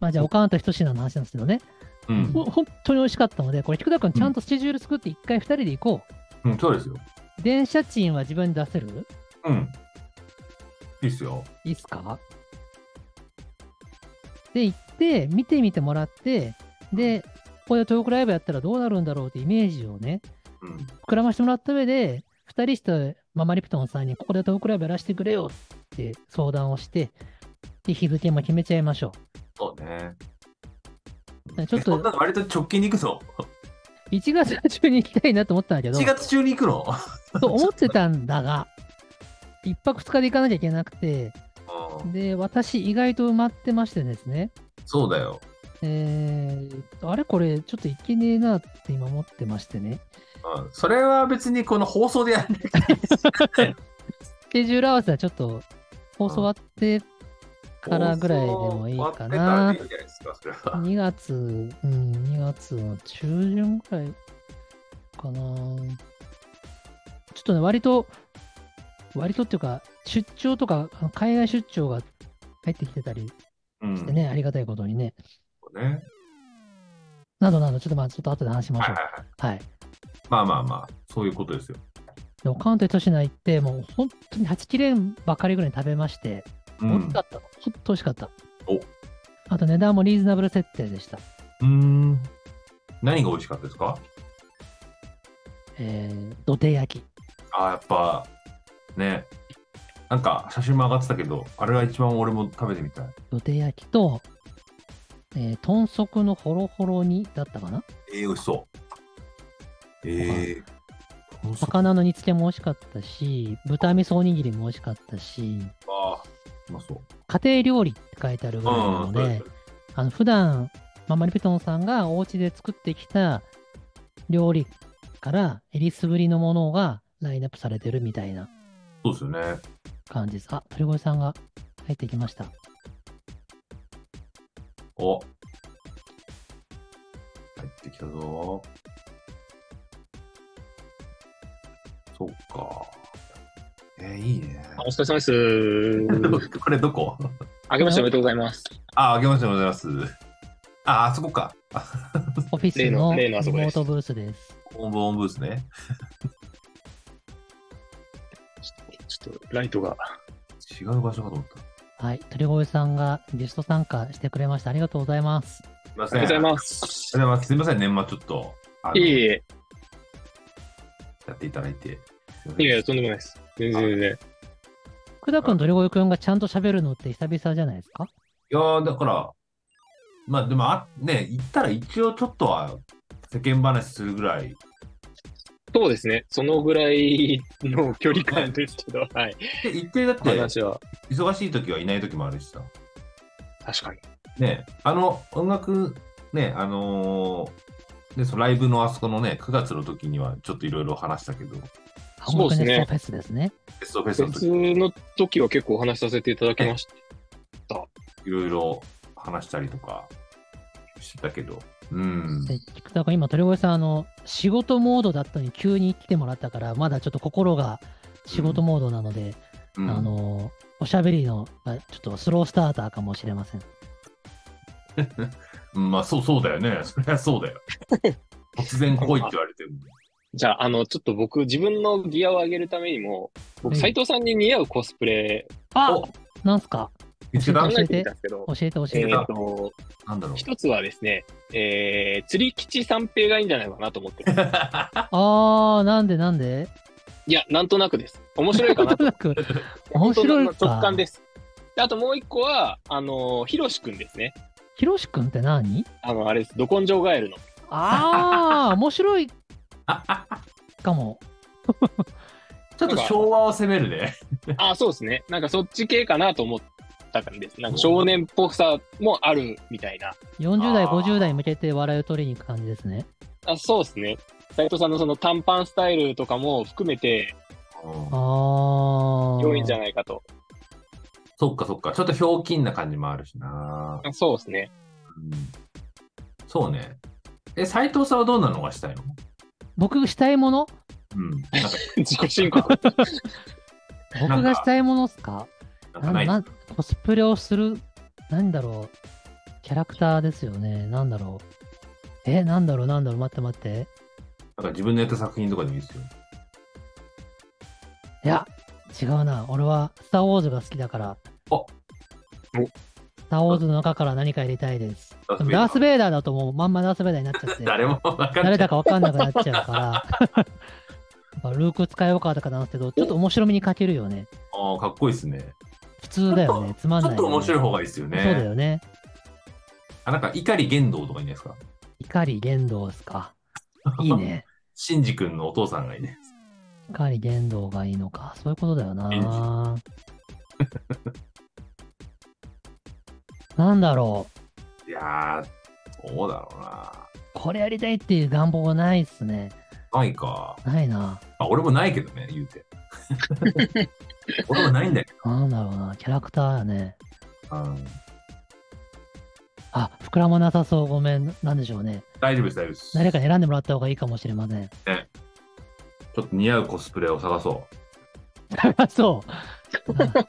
Speaker 1: まあじゃあ、おかんとひとしなの話なんですけどね、
Speaker 2: う。うん。
Speaker 1: ほ本当に美味しかったので、これ、菊田君、ちゃんとスケジュール作って一回二人で行こ
Speaker 2: うん、そうですよ。
Speaker 1: う。電車賃は自分で出せる
Speaker 2: うん。いいっすよ。
Speaker 1: いいっすかで、行って、見てみてもらって、で、ここでトークライブやったらどうなるんだろうってイメージをね、
Speaker 2: うん。
Speaker 1: 膨らましてもらった上で、2人してママリプトンさんに、ここでトークライブやらせてくれよって相談をして、で、日付も決めちゃいましょ
Speaker 2: そうね。
Speaker 1: ねちょっと
Speaker 2: えそんなの割と直近に行くの
Speaker 1: う。1月中に行きたいなと思ったんだけど
Speaker 2: ?1、月中に行くの
Speaker 1: と思ってたんだが、1泊2日で行かなきゃいけなくて、
Speaker 2: うん
Speaker 1: で、私、意外と埋まってましてですね、
Speaker 2: そうだよ。
Speaker 1: えー、あれこれ、ちょっといけねえなって今思ってましてね。
Speaker 2: うん。それは別にこの放送でやんなくていいし
Speaker 1: スケジュール合わせはちょっと、放送終わってからぐらいでもいいかな。
Speaker 2: 放送終わってからでいいんじゃないですか、それは。
Speaker 1: 2月、うん、2月の中旬ぐらいかな。ちょっとね、割と、割とっていうか、出張とか、あの海外出張が入ってきてたり
Speaker 2: うん。
Speaker 1: してね、ありがたいことにね。
Speaker 2: そうね。
Speaker 1: などなど、ちょっとまあ、ちょっと後で話しま
Speaker 2: は
Speaker 1: し
Speaker 2: い
Speaker 1: ょ
Speaker 2: は
Speaker 1: う
Speaker 2: い。はい。
Speaker 1: はい。
Speaker 2: まあまあまあ、そういうことですよ。
Speaker 1: で、おかんと糸品行って、もう本当に8切れんばかりぐらいに食べまして、
Speaker 2: う
Speaker 1: 美味
Speaker 2: ん
Speaker 1: しか。った。ほんと美味しかった。
Speaker 2: お
Speaker 1: あと値段もリーズナブル設定でした。
Speaker 2: うーん。何が美味しかったですか
Speaker 1: えー、土手焼き。
Speaker 2: あーやっぱ、ね。なんか、写真も上がってたけど、あれが一番俺も食べてみたい。
Speaker 1: 土手焼きと、えー、豚足のホロホロ煮だったかな
Speaker 2: ええ美味しそう。ええ豚足
Speaker 1: 魚の煮付けも美味しかったし、豚味噌おにぎりも美味しかったし、
Speaker 2: あーうまそう。
Speaker 1: 家庭料理って書いてあるぐらいなので、
Speaker 2: うん
Speaker 1: あの普段ママリピトンさんがお家で作ってきた料理からえりすぐりのものがラインナップされてるみたいな
Speaker 2: そうですよね。
Speaker 1: 感じです。あ、鳥越さんが入ってきました。
Speaker 2: お入ってきたぞ。そっか。えー、いいね。
Speaker 3: あお疲れ様です。
Speaker 2: これどこ
Speaker 3: あけましておめでとうございます。
Speaker 2: あ、あげましておめでとうございます。あ、あそこか。あ
Speaker 1: オフィス
Speaker 3: 例の
Speaker 1: の
Speaker 3: 例
Speaker 1: リ
Speaker 3: の
Speaker 1: モ
Speaker 3: あそこで
Speaker 1: ー
Speaker 3: す
Speaker 1: トブースです。
Speaker 2: オンボオンブースね。
Speaker 3: ちょっとちょっとライトが。
Speaker 2: 違う場所かと思った。す
Speaker 1: はい。鳥越さんがゲスト参加してくれました。ありがとうございます。
Speaker 2: いま
Speaker 3: あ
Speaker 2: せん。
Speaker 3: りが
Speaker 2: ありが
Speaker 3: とうござい
Speaker 2: とう
Speaker 3: ます。
Speaker 2: ございます。すみません、年末ちょっと、あの
Speaker 3: いえいえ、
Speaker 2: やっていただいて。すいません
Speaker 3: いやいや、とんでもないです。全然全然。
Speaker 1: くだくん、鳥越くんがちゃんと喋るのって久々じゃないですか
Speaker 2: いやーだから、まあでもあ、ね、行ったら一応ちょっとは世間話するぐらい、
Speaker 3: そうですね。そのぐらいの距離感ですけ ど、はい。
Speaker 2: で一定だって
Speaker 3: 話は、
Speaker 2: 忙しい時はいない時もあるしさ、
Speaker 3: 確かに。
Speaker 2: ね、あの音楽、ね、あのーでそのライブのあそこのね、9月の時にはちょっといろいろ話したけど、フ
Speaker 3: そうですね
Speaker 1: 音楽ネストフェスですね。
Speaker 2: ェストフェストの
Speaker 3: 別
Speaker 2: 時
Speaker 3: の時は結構お話しさせていただきました。
Speaker 2: いろいろ話したりとかしてたけど、うん、
Speaker 1: で、菊田君、今、鳥越さん、あの、仕事モードだったのに急に来てもらったから、まだちょっと心が仕事モードなので、
Speaker 2: うん
Speaker 1: あの、おしゃべりの、あちょっとスロースターターかもしれません。
Speaker 2: うんまあそうそうだよね、そりゃそうだよ。突然来いって言われても。
Speaker 3: じゃあ、あの、ちょっと僕、自分のギアを上げるためにも、僕、
Speaker 1: うん
Speaker 3: 斎藤さんに似合うコスプレ
Speaker 1: あ
Speaker 2: お
Speaker 1: なんすか
Speaker 2: 見つけ
Speaker 3: 考
Speaker 2: た
Speaker 1: 教え
Speaker 3: え
Speaker 1: て
Speaker 3: てみたんですけど
Speaker 1: 教、えて教え
Speaker 3: え
Speaker 1: て。
Speaker 3: ーっと、
Speaker 2: なんだろう。
Speaker 3: 一つはですね、えー、釣り吉三平がいいんじゃないかなと思ってます。
Speaker 1: あー、なんでなんで
Speaker 3: いや、なんとなくです。面白いか
Speaker 1: な
Speaker 3: なん
Speaker 1: と
Speaker 3: と。
Speaker 1: なく、 面白い
Speaker 3: 本当の直
Speaker 1: か。
Speaker 3: 感です。であともう一個は、あの、ひろしくんですね。
Speaker 1: ひろしくんって何
Speaker 3: あの、あれです。ど根性ガエルの。
Speaker 1: あー、 面白いかも。
Speaker 2: ちょっと昭和を攻めるね。
Speaker 3: あ、そうですね。なんかそっち系かなと思ったんです。なんか少年っぽさもあるみたいな。
Speaker 1: 40代、
Speaker 2: あー
Speaker 1: 50代向けて笑いを取りに行く感じですね。
Speaker 3: あそうですね。斉藤さんのその短パンスタイルとかも含めて
Speaker 2: うん
Speaker 1: あー。
Speaker 3: 良いんじゃないかと。
Speaker 2: そっかそっか。ちょっとひょうきんな感じもあるしな。
Speaker 3: あそうですね。
Speaker 2: うんそうね。え、斎藤さんはどんなのがしたいの
Speaker 1: 僕したいもの
Speaker 2: うん。なんか、
Speaker 3: 自己申告。
Speaker 1: 僕がしたいものっすかな
Speaker 2: なんか
Speaker 1: ん
Speaker 2: ない。
Speaker 1: なんコスプレをする、なんだろう。キャラクターですよね。なんだろう。え、なんだろう、なんだろう。待って待って。
Speaker 2: なんか自分のやった作品とかでもいいですよ。
Speaker 1: いや、違うな。俺は、スター・ウォーズが好きだから。
Speaker 2: お
Speaker 1: スター・ウォーズの中から何か入れたいです。
Speaker 2: ダ
Speaker 1: で
Speaker 2: ー
Speaker 1: も
Speaker 2: スベイダー
Speaker 1: ダース・ベイダーだともうまんまダース・ベイダーになっちゃって、
Speaker 2: 誰もわかんな
Speaker 1: 誰
Speaker 2: い。
Speaker 1: だかわかんなくなっちゃうから、 やっぱルーク・使いよかったかなんですけど、ちょっと面白みに欠けるよね。
Speaker 2: ああ、かっこいいですね。
Speaker 1: 普通だよね。つまん
Speaker 2: ち
Speaker 1: ないよ
Speaker 2: ょっ
Speaker 1: ね、
Speaker 2: と面白い方がいいですよね。
Speaker 1: そうだよね。
Speaker 2: あ、なんか、碇玄道とかいいんじゃないですか。
Speaker 1: 碇玄道です か。いいね。
Speaker 2: シンジ君のお父さんがいいね。
Speaker 1: 碇玄道がいいのか。そういうことだよ
Speaker 2: エンジ
Speaker 1: な。なんだろう。
Speaker 2: いやー、どうだろうな。
Speaker 1: これやりたいっていう願望はないっすね。
Speaker 2: ないか。
Speaker 1: ないな。
Speaker 2: あ、俺もないけどね、言 うて。俺もないんだけ
Speaker 1: なんだろうな。キャラクターやね。
Speaker 2: ど。うん
Speaker 1: あ、膨らまなさそう。ごめん。なんでしょうね。
Speaker 2: 大丈夫です、大丈夫です。
Speaker 1: 誰かに選んでもらった方がいいかもしれません。
Speaker 2: ちょっと似合うコスプレを探そ
Speaker 1: そう。あ
Speaker 2: う。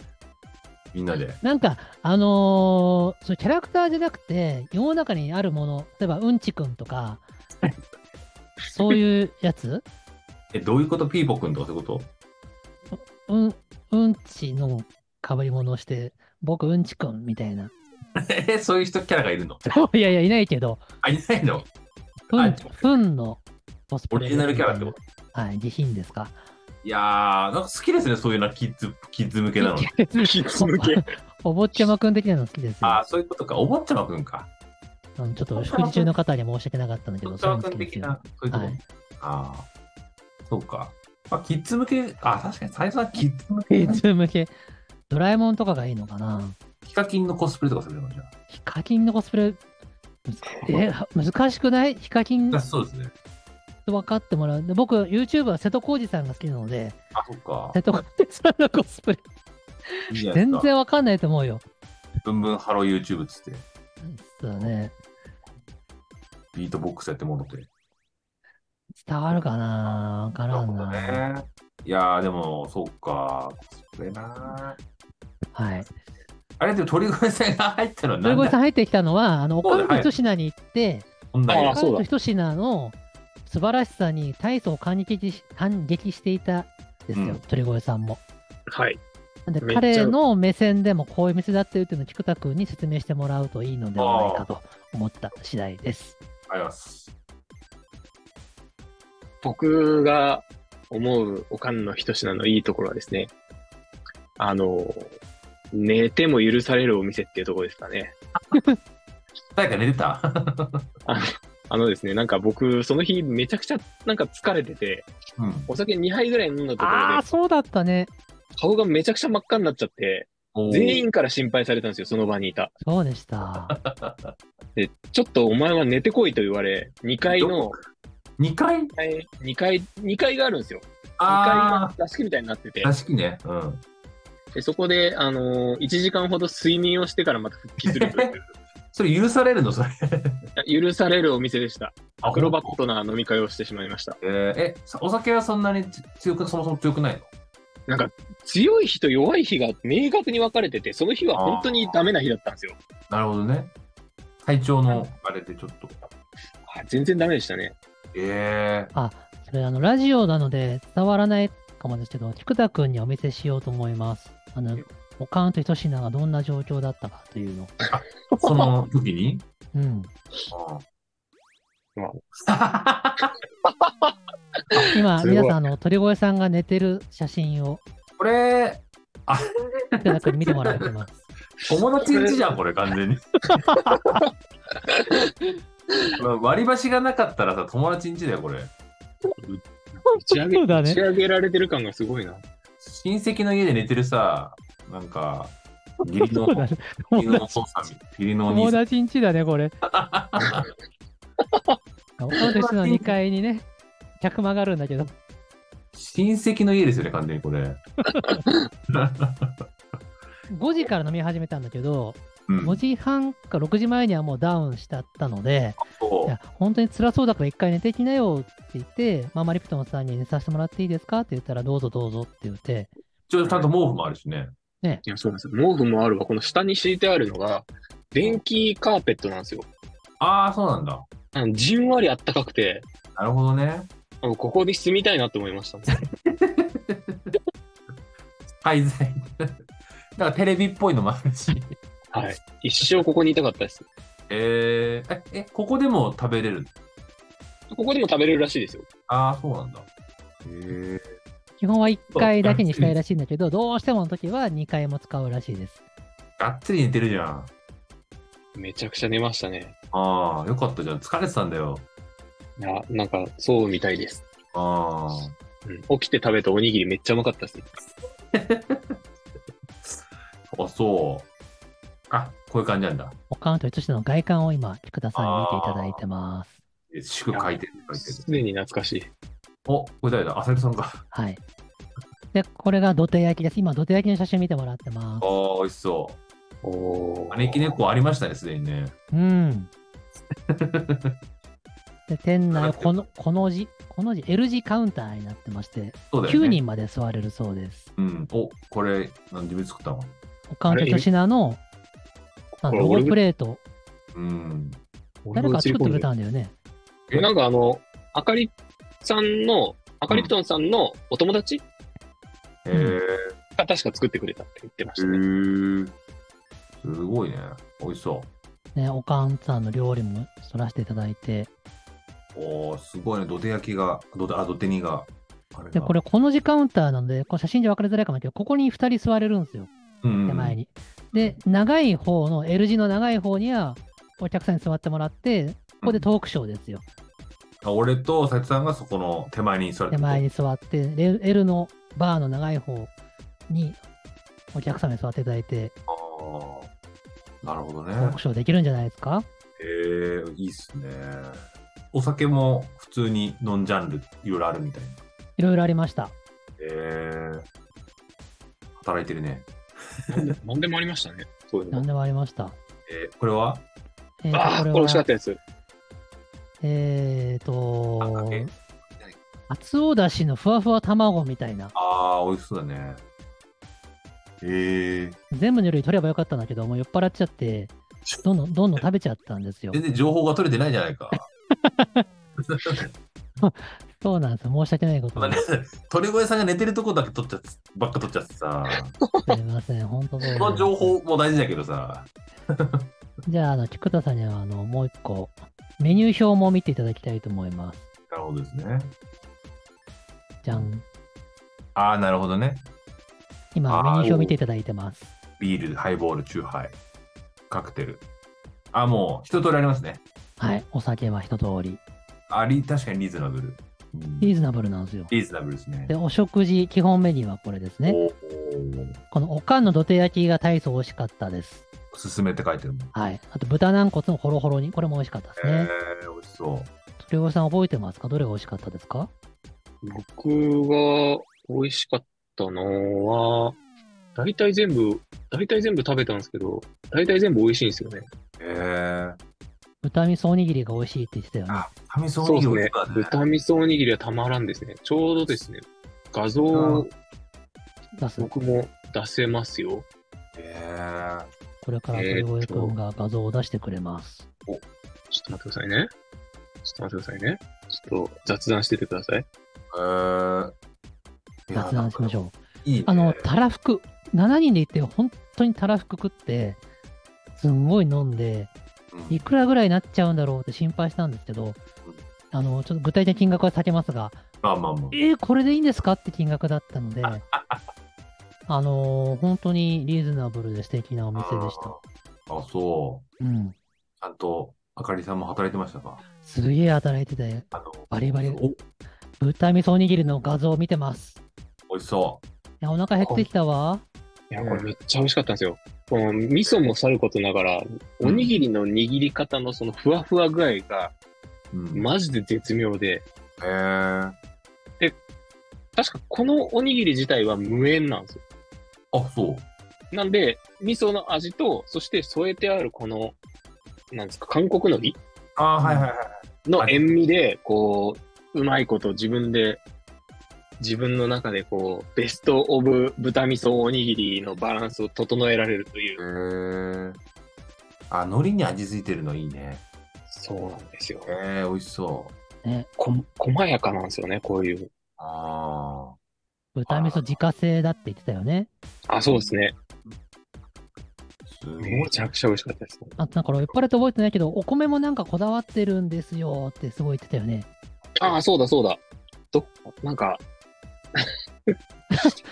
Speaker 2: みんなで。
Speaker 1: なんか、あのーそうキャラクターじゃなくて、世の中にあるもの、例えば、うんちくんと か、そういうやつ
Speaker 2: え、どういうことピーポくんとかそういうこと
Speaker 1: うん、うんちの被り物をして、僕うんちくんみたいな。
Speaker 2: え、 そういう人キャラがいるの
Speaker 1: いやいや、いないけど、
Speaker 2: あ、いないの
Speaker 1: ふ
Speaker 2: あ
Speaker 1: ん、ふんのコスプレ。
Speaker 2: オリジナルキャラってこと
Speaker 1: はい、下品ですか。
Speaker 2: いやー、なんか好きですね、そういうな、キッズ、キッズ向けなの。
Speaker 3: キッズ向け。
Speaker 1: お坊ちゃまくん的なの好きですよ。
Speaker 2: あー、そういうことか。お坊ちゃまくんか。
Speaker 1: うんちょっと、食事中の方に申し訳なかったんだけ
Speaker 2: お
Speaker 1: ど、
Speaker 2: 坊ち
Speaker 1: そうい
Speaker 2: ゃ
Speaker 1: うの
Speaker 2: ま
Speaker 1: 好
Speaker 2: く
Speaker 1: きです
Speaker 2: ん的
Speaker 1: よ。
Speaker 2: な、そういうとこ。
Speaker 1: はい
Speaker 2: あー、そうか。まあ、キッズ向け、あ、確かに最初はキッズ向け。
Speaker 1: 普通向け。ドラえもんとかがいいのかな
Speaker 2: ヒカキンのコスプレとかするのじゃ
Speaker 1: ヒカキンのコスプレ、え、難しくないヒカキン
Speaker 2: あ。そうですね。
Speaker 1: 分かってもらう。で僕、YouTube は瀬戸康史さんが好きなので、
Speaker 2: あ、そうか
Speaker 1: 瀬。戸康史さんのコスプ レ、
Speaker 2: いいじゃないで
Speaker 1: 全
Speaker 2: すか。
Speaker 1: 然わかんないと思うよ。
Speaker 2: ブンブンハロー YouTube っつって、
Speaker 1: そうだね。
Speaker 2: ビートボックスやってもろて。
Speaker 1: 伝わるかなわからんな。
Speaker 2: なるほどね。いやー、でも、そうか。コスプレなー。
Speaker 1: はい。
Speaker 2: あれでも鳥越さんが入ったのは
Speaker 1: 鳥
Speaker 2: 何
Speaker 1: 越さ
Speaker 2: だ
Speaker 1: ん入ってきたのは、あの、お
Speaker 2: そ
Speaker 1: か
Speaker 2: うだ
Speaker 1: みと一品に行って、
Speaker 2: こんな
Speaker 1: お
Speaker 3: あ
Speaker 2: に
Speaker 3: あ
Speaker 1: か
Speaker 3: そ
Speaker 1: み
Speaker 3: うだ
Speaker 1: と一品の素晴らしさに大層感激し感激していたですよ、
Speaker 2: うん
Speaker 1: 鳥越さんも。
Speaker 3: はい。
Speaker 1: なんで
Speaker 3: めっちゃ
Speaker 1: 彼の目線でもこういう店だっていうっていうのを菊田君に説明してもらうといいのではないかと思った次第です。
Speaker 2: あります。
Speaker 3: 僕が思うおかんの一品のいいところはですね、あの、寝ても許されるお店っていうところですかね。
Speaker 2: 誰か寝てた
Speaker 3: あのですね、なんか僕、その日めちゃくちゃなんか疲れてて、
Speaker 2: うん
Speaker 3: お酒2杯ぐらい飲んだとこ
Speaker 1: あ
Speaker 3: ろ
Speaker 1: あ、そうだったね。
Speaker 3: で、顔がめちゃくちゃ真っ赤になっちゃって、
Speaker 2: おー
Speaker 3: 全員から心配されたんですよ、その場にいた。
Speaker 1: そうでした。
Speaker 3: で、ちょっとお前は寝てこいと言われ、2階の
Speaker 2: ど、二階
Speaker 3: 2階、2階があるんですよ。2階
Speaker 2: あ
Speaker 3: が座敷みたいになってて
Speaker 2: あ、、らしきね。うん。
Speaker 3: でそこで、あのー、1時間ほど睡眠をしてからまた復帰するという。
Speaker 2: それ許されるのそれ。
Speaker 3: 許されるお店でした。
Speaker 2: あ
Speaker 3: アクロバットな飲み会をしてしまいました。
Speaker 2: えーえ、さお酒はそんなにつ強く、そもそも強くないの
Speaker 3: なんか、強い日と弱い日が明確に分かれてて、その日は本当にダメな日だったんですよ。
Speaker 2: なるほどね。体調のあれでちょっと。
Speaker 3: あ全然ダメでしたね。
Speaker 2: ええ
Speaker 1: それあのラジオなので伝わらないかもですけど、菊田君にお見せしようと思います。あの、おかんと一品がどんな状況だったかというのを。
Speaker 2: その時 に
Speaker 1: うん。
Speaker 2: あー
Speaker 1: 今、
Speaker 3: すごい
Speaker 1: 皆さん、あの、鳥越さんが寝てる写真を
Speaker 2: これ、
Speaker 1: 菊田君に見てもらってます。
Speaker 2: 友達ん家じゃん、これ、完 全に。まあ割り箸がなかったらさ、友達ん家だよ、これ。
Speaker 3: 打ち上げ、
Speaker 1: そうだ
Speaker 3: 打
Speaker 1: ね
Speaker 3: ち上げられてる感がすごいな。
Speaker 2: 親戚の家で寝てるさ、なんか、義理の、
Speaker 1: そうだ
Speaker 2: 義
Speaker 1: ね。
Speaker 2: 理のお父さん、義理のお兄
Speaker 1: 友
Speaker 2: さん。
Speaker 1: 達んちだね、これ。おかんと一緒の2階にね、客曲があるんだけど。
Speaker 2: 親戚の家ですよね、完全に これ。
Speaker 1: 5時から飲み始めたんだけど、
Speaker 2: うん
Speaker 1: 5時半か6時前にはもうダウンしちゃったので、い
Speaker 2: そう
Speaker 1: や、本当に辛そうだから一回寝てきなよって言って、ママリプトンさんに寝させてもらっていいですかって言ったら、どうぞどうぞって言って、
Speaker 2: ちょっとちゃんと毛布もあるしね。
Speaker 3: いや、そうなんですよ。毛布もあるわ。この下に敷いてあるのが、電気カーペットなんですよ。
Speaker 2: ああ、そうなんだ。
Speaker 3: あのじんわりあったかくて、
Speaker 2: なるほどね。
Speaker 3: あのここで住みたいなと思いましたね。
Speaker 2: 廃材。 なんかテレビっぽいのもある し。
Speaker 3: はい。一生ここにいたかったです。
Speaker 2: えー、え、え、ここでも食べれる
Speaker 3: ここでも食べれるらしいですよ。
Speaker 2: ああ、そうなんだ。へ
Speaker 1: 基本は1回だけにしたいらしいんだけど、どうしてもの時は2回も使うらしいです。
Speaker 2: え。がっつり寝てるじゃん。
Speaker 3: めちゃくちゃ寝ましたね。
Speaker 2: ああ、よかったじゃん。疲れてたんだよ。
Speaker 3: いや、なんか、そうみたいです。
Speaker 2: あ
Speaker 3: うん、起きて食べたおにぎりめっちゃうまかったですね。
Speaker 2: あ。あ、そう。あ、こういう感じなんだ。
Speaker 1: おかんと一緒の外観を今、菊田さんに見ていただいてます。
Speaker 2: え祝書いてる、書いてる。
Speaker 3: すでに懐かしい。
Speaker 2: お、これ誰だ浅利さんか。
Speaker 1: はい。で、これが土手焼きです。今、土手焼きの写真見てもらってま
Speaker 2: ああ、美味しそ
Speaker 3: お
Speaker 2: う。招き猫ありましたね、すでにね。
Speaker 1: す。 うん。で、店内はこの、この字、この字、L 字カウンターになってまして、
Speaker 2: そうだよね。
Speaker 1: 9人まで座れるそうです。
Speaker 2: うん。お、これ、なん自分で作ったの
Speaker 1: おかんと一品の、あのロゴプレート、
Speaker 2: うん。
Speaker 1: 誰か作ってくれ
Speaker 3: こ
Speaker 1: たんだよね。
Speaker 3: れなんかあの、あかりさんの、あかりプトンさんのお友達
Speaker 2: へえ。
Speaker 3: が確か作ってくれたって言ってまし
Speaker 2: へ
Speaker 3: たね。
Speaker 2: ーすごいね。美味しそ
Speaker 1: ね、おかんさんの料理もそらしていただいて。
Speaker 2: う。おー、すごいね。土手焼きが、土手、あ、土手煮が。あれ
Speaker 1: で、こ
Speaker 2: れ、
Speaker 1: れ、この字カウンターなので、これ写真じゃ分かりづらいかもだけど、ここに2人座れるんですよ、
Speaker 2: うんうん
Speaker 1: 手前に。で、長い方の、L 字の長い方には、お客さんに座ってもらって、ここでトークショーですよ。
Speaker 2: あ俺と佐藤さんがそこの手前に座る。
Speaker 1: 手前に座って、L L のバーの長い方に、お客様に座っていただいて、
Speaker 2: あーなるほどね
Speaker 1: ト。ークショーできるんじゃないですか
Speaker 2: へえいいっすね。お酒も普通にノンジャンル、いろいろあるみたいな。
Speaker 1: いろいろありました。
Speaker 2: へえ働いてるね。
Speaker 3: なんでなんでもありましたね。そういうの
Speaker 1: 何でもありました。
Speaker 2: えーこれは
Speaker 1: えーと
Speaker 3: ああ、これ美味しかったやつ。
Speaker 1: えー
Speaker 2: あか
Speaker 1: と
Speaker 2: け、
Speaker 1: 厚おだしのふわふわ卵みたいな。
Speaker 2: ああ、美味しそうだね。え
Speaker 1: 全部の類取ればよかったんだけど、もう酔っ払っちゃって、どんどんどんどん食べちゃったんですよ
Speaker 2: 全。然情報が取れてないじゃないか。
Speaker 1: そうなんですよ。申し訳ないこと
Speaker 2: まあ
Speaker 1: に
Speaker 2: ね、鳥越さんが寝てるとこだけ取っちゃっばっか取っちゃって さ、
Speaker 1: すいません。本当そうです
Speaker 2: この情報も大事だけどさ、
Speaker 1: じゃあ、あの、菊田さんには、あの、もう一個、メニュー表も見ていただきたいと思います。
Speaker 2: なるほどですね。
Speaker 1: じゃん。
Speaker 2: ああ、なるほどね。
Speaker 1: 今、
Speaker 2: あー
Speaker 1: メニュー表見ていただいてます。
Speaker 2: ビール、ハイボール、チューハイ、カクテル。あ、もう一通りありますね。
Speaker 1: はい。お酒は一通り。
Speaker 2: あり、確かにリーズナブル。うん
Speaker 1: リーズナブルなんですよ。
Speaker 2: リーズナブルですね
Speaker 1: で、。お食事、基本メニューはこれですね。
Speaker 2: おー
Speaker 1: このおかんの土手焼きが大層美味しかったです。
Speaker 2: おすすめって書いてるもん。
Speaker 1: はい。あと、豚軟骨のホロホロに、これも美味しかったです
Speaker 2: え
Speaker 1: ね。
Speaker 2: ー、美味しそう。
Speaker 1: 鳥越さん覚えてますかどれが美味しかったですか
Speaker 3: 僕が美味しかったのは、大体全部、大体全部食べたんですけど、大体全部美味しいんですよね。
Speaker 2: えー、
Speaker 1: 豚味噌おにぎりが美味しいって言ってたよね。
Speaker 2: あ、タミソ
Speaker 3: そう
Speaker 2: ー
Speaker 3: です
Speaker 2: リ
Speaker 3: ね
Speaker 2: だ。ね。
Speaker 3: 豚味噌おにぎりはたまらんですね。ちょうどですね、画像を
Speaker 1: 出す。
Speaker 3: 僕も出せますよ。
Speaker 2: えー、
Speaker 1: これから鳥越くんが画像を出してくれます。
Speaker 3: ちょっと待ってくださいね。ちょっと待ってくださいね。ちょっと雑談しててください。
Speaker 2: えー、いや
Speaker 1: 雑談しましょう。
Speaker 2: いいね、
Speaker 1: あの、たらふく、7人で行って、本当にたらふく食って、すんごい飲んで、
Speaker 2: うん
Speaker 1: いくらぐらいになっちゃうんだろうって心配したんですけど、あの、ちょっと具体的な金額は避けますが、
Speaker 2: まあまあまあ。
Speaker 1: えー、これでいいんですかって金額だったので、あのー本当にリーズナブルで素敵なお店でした。
Speaker 2: あ、そう。
Speaker 1: うん。
Speaker 2: ちゃんと、あかりさんも働いてましたか
Speaker 1: すげえ働いてて、
Speaker 2: あの、
Speaker 1: バリバリ
Speaker 2: お、
Speaker 1: 豚味噌おにぎりの画像を見てます。
Speaker 2: 美味しそ
Speaker 1: いや、お腹減ってきたわ。
Speaker 3: いや、これめっちゃ美味しかったんですよ。この味噌もさることながら、おにぎりの握り方のそのふわふわ具合が
Speaker 2: う。うん。
Speaker 3: マジで絶妙で、
Speaker 2: えー、
Speaker 3: 確かこのおにぎり自体は無塩なんですよ。
Speaker 2: あ、そう。
Speaker 3: なんで、味噌の味と、そして添えてあるこの、なんですか、韓国海
Speaker 2: あー、はいはいはい。
Speaker 3: 苔の塩味で、こう、うまいこと自分で、自分の中でこう、ベストオブ豚味噌おにぎりのバランスを整えられるとい
Speaker 2: へ
Speaker 3: う、
Speaker 2: ー。あ、海苔に味付いてるのいいね。
Speaker 3: そうなんですよ。
Speaker 2: えー、美味しそう。
Speaker 3: こ、細やかなんですよね、こういう。
Speaker 2: あ
Speaker 1: 豚味噌自家製だって言ってたよね。
Speaker 3: あ、そうですね。
Speaker 2: ー、すごい
Speaker 3: め。ちゃくちゃ美味しかったです。
Speaker 1: あとなんか俺酔っ払って覚えてないけど、お米もなんかこだわってるんですよってすごい言ってたよね。
Speaker 3: ああ、そうだそうだ。ど、なんか、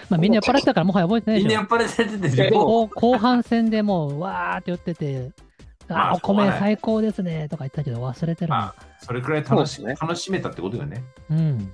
Speaker 1: まあみんな酔っ払ってたからもはや覚えてない
Speaker 2: みん
Speaker 1: でし
Speaker 2: なや
Speaker 1: ょ
Speaker 2: っ。ぱりされてて、
Speaker 3: え
Speaker 2: もう
Speaker 1: 後後半戦でもう、わーって言ってて、
Speaker 2: ま
Speaker 1: あ
Speaker 2: あ
Speaker 1: ー、お米
Speaker 2: しょうがない
Speaker 1: 最高ですねとか言ったけど忘れてる
Speaker 2: ま
Speaker 1: な。
Speaker 2: あ、それくらい楽し,、
Speaker 3: そうです
Speaker 2: 楽しめたってことよね。
Speaker 1: うん。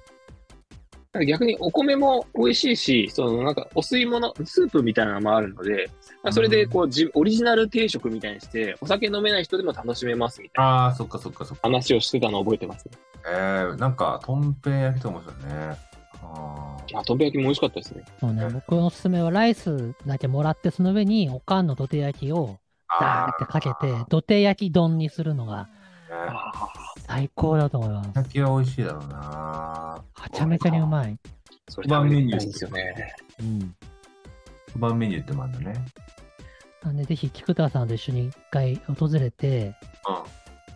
Speaker 3: 逆にお米も美味しいし、そのなんかお吸い物、スープみたいなのもあるので、まあそれでこう、じオリジナル定食みたいにして、お酒飲めない人でも楽しめますみたいな
Speaker 2: ああ、そっかそっかそっか。
Speaker 3: 話をしてたのを覚えてますね。
Speaker 2: えー、なんか、とんぺん焼きとかもそうだね。あー
Speaker 3: あ、とんべ焼きも美味しかったですね。
Speaker 1: そうね、僕のおすすめはライスだけもらって、その上におかんの土手焼きをダーってかけて、土手焼き丼にするのが
Speaker 2: あーね
Speaker 3: ああ、
Speaker 1: 最高だと思います。
Speaker 2: 焼きは美味しいだろうな。
Speaker 1: はちゃめちゃにうまい。
Speaker 3: それ食べてたいですよね。
Speaker 1: うん。
Speaker 2: 不満メニューってもあるんだね。
Speaker 1: なんで、ぜひ、菊田さんと一緒に一回訪れて、
Speaker 2: うん。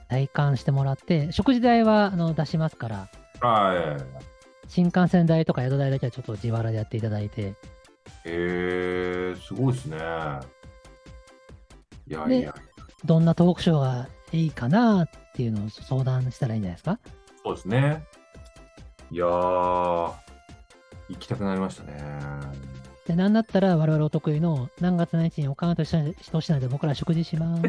Speaker 1: 体感してもらって、食事代はあの出しますから、
Speaker 2: はい。
Speaker 1: 新幹線代とか宿代だけはちょっと自腹でやっていただいて、
Speaker 2: えー、すごいですね。いやいや、
Speaker 1: どんなトークショーがいいかなっていうのを相談したらいいんじゃないですか。
Speaker 2: そうですね。いやー、行きたくなりましたね。
Speaker 1: で、なんだったら我々お得意の何月何日におかんと一緒に一品で僕ら食事します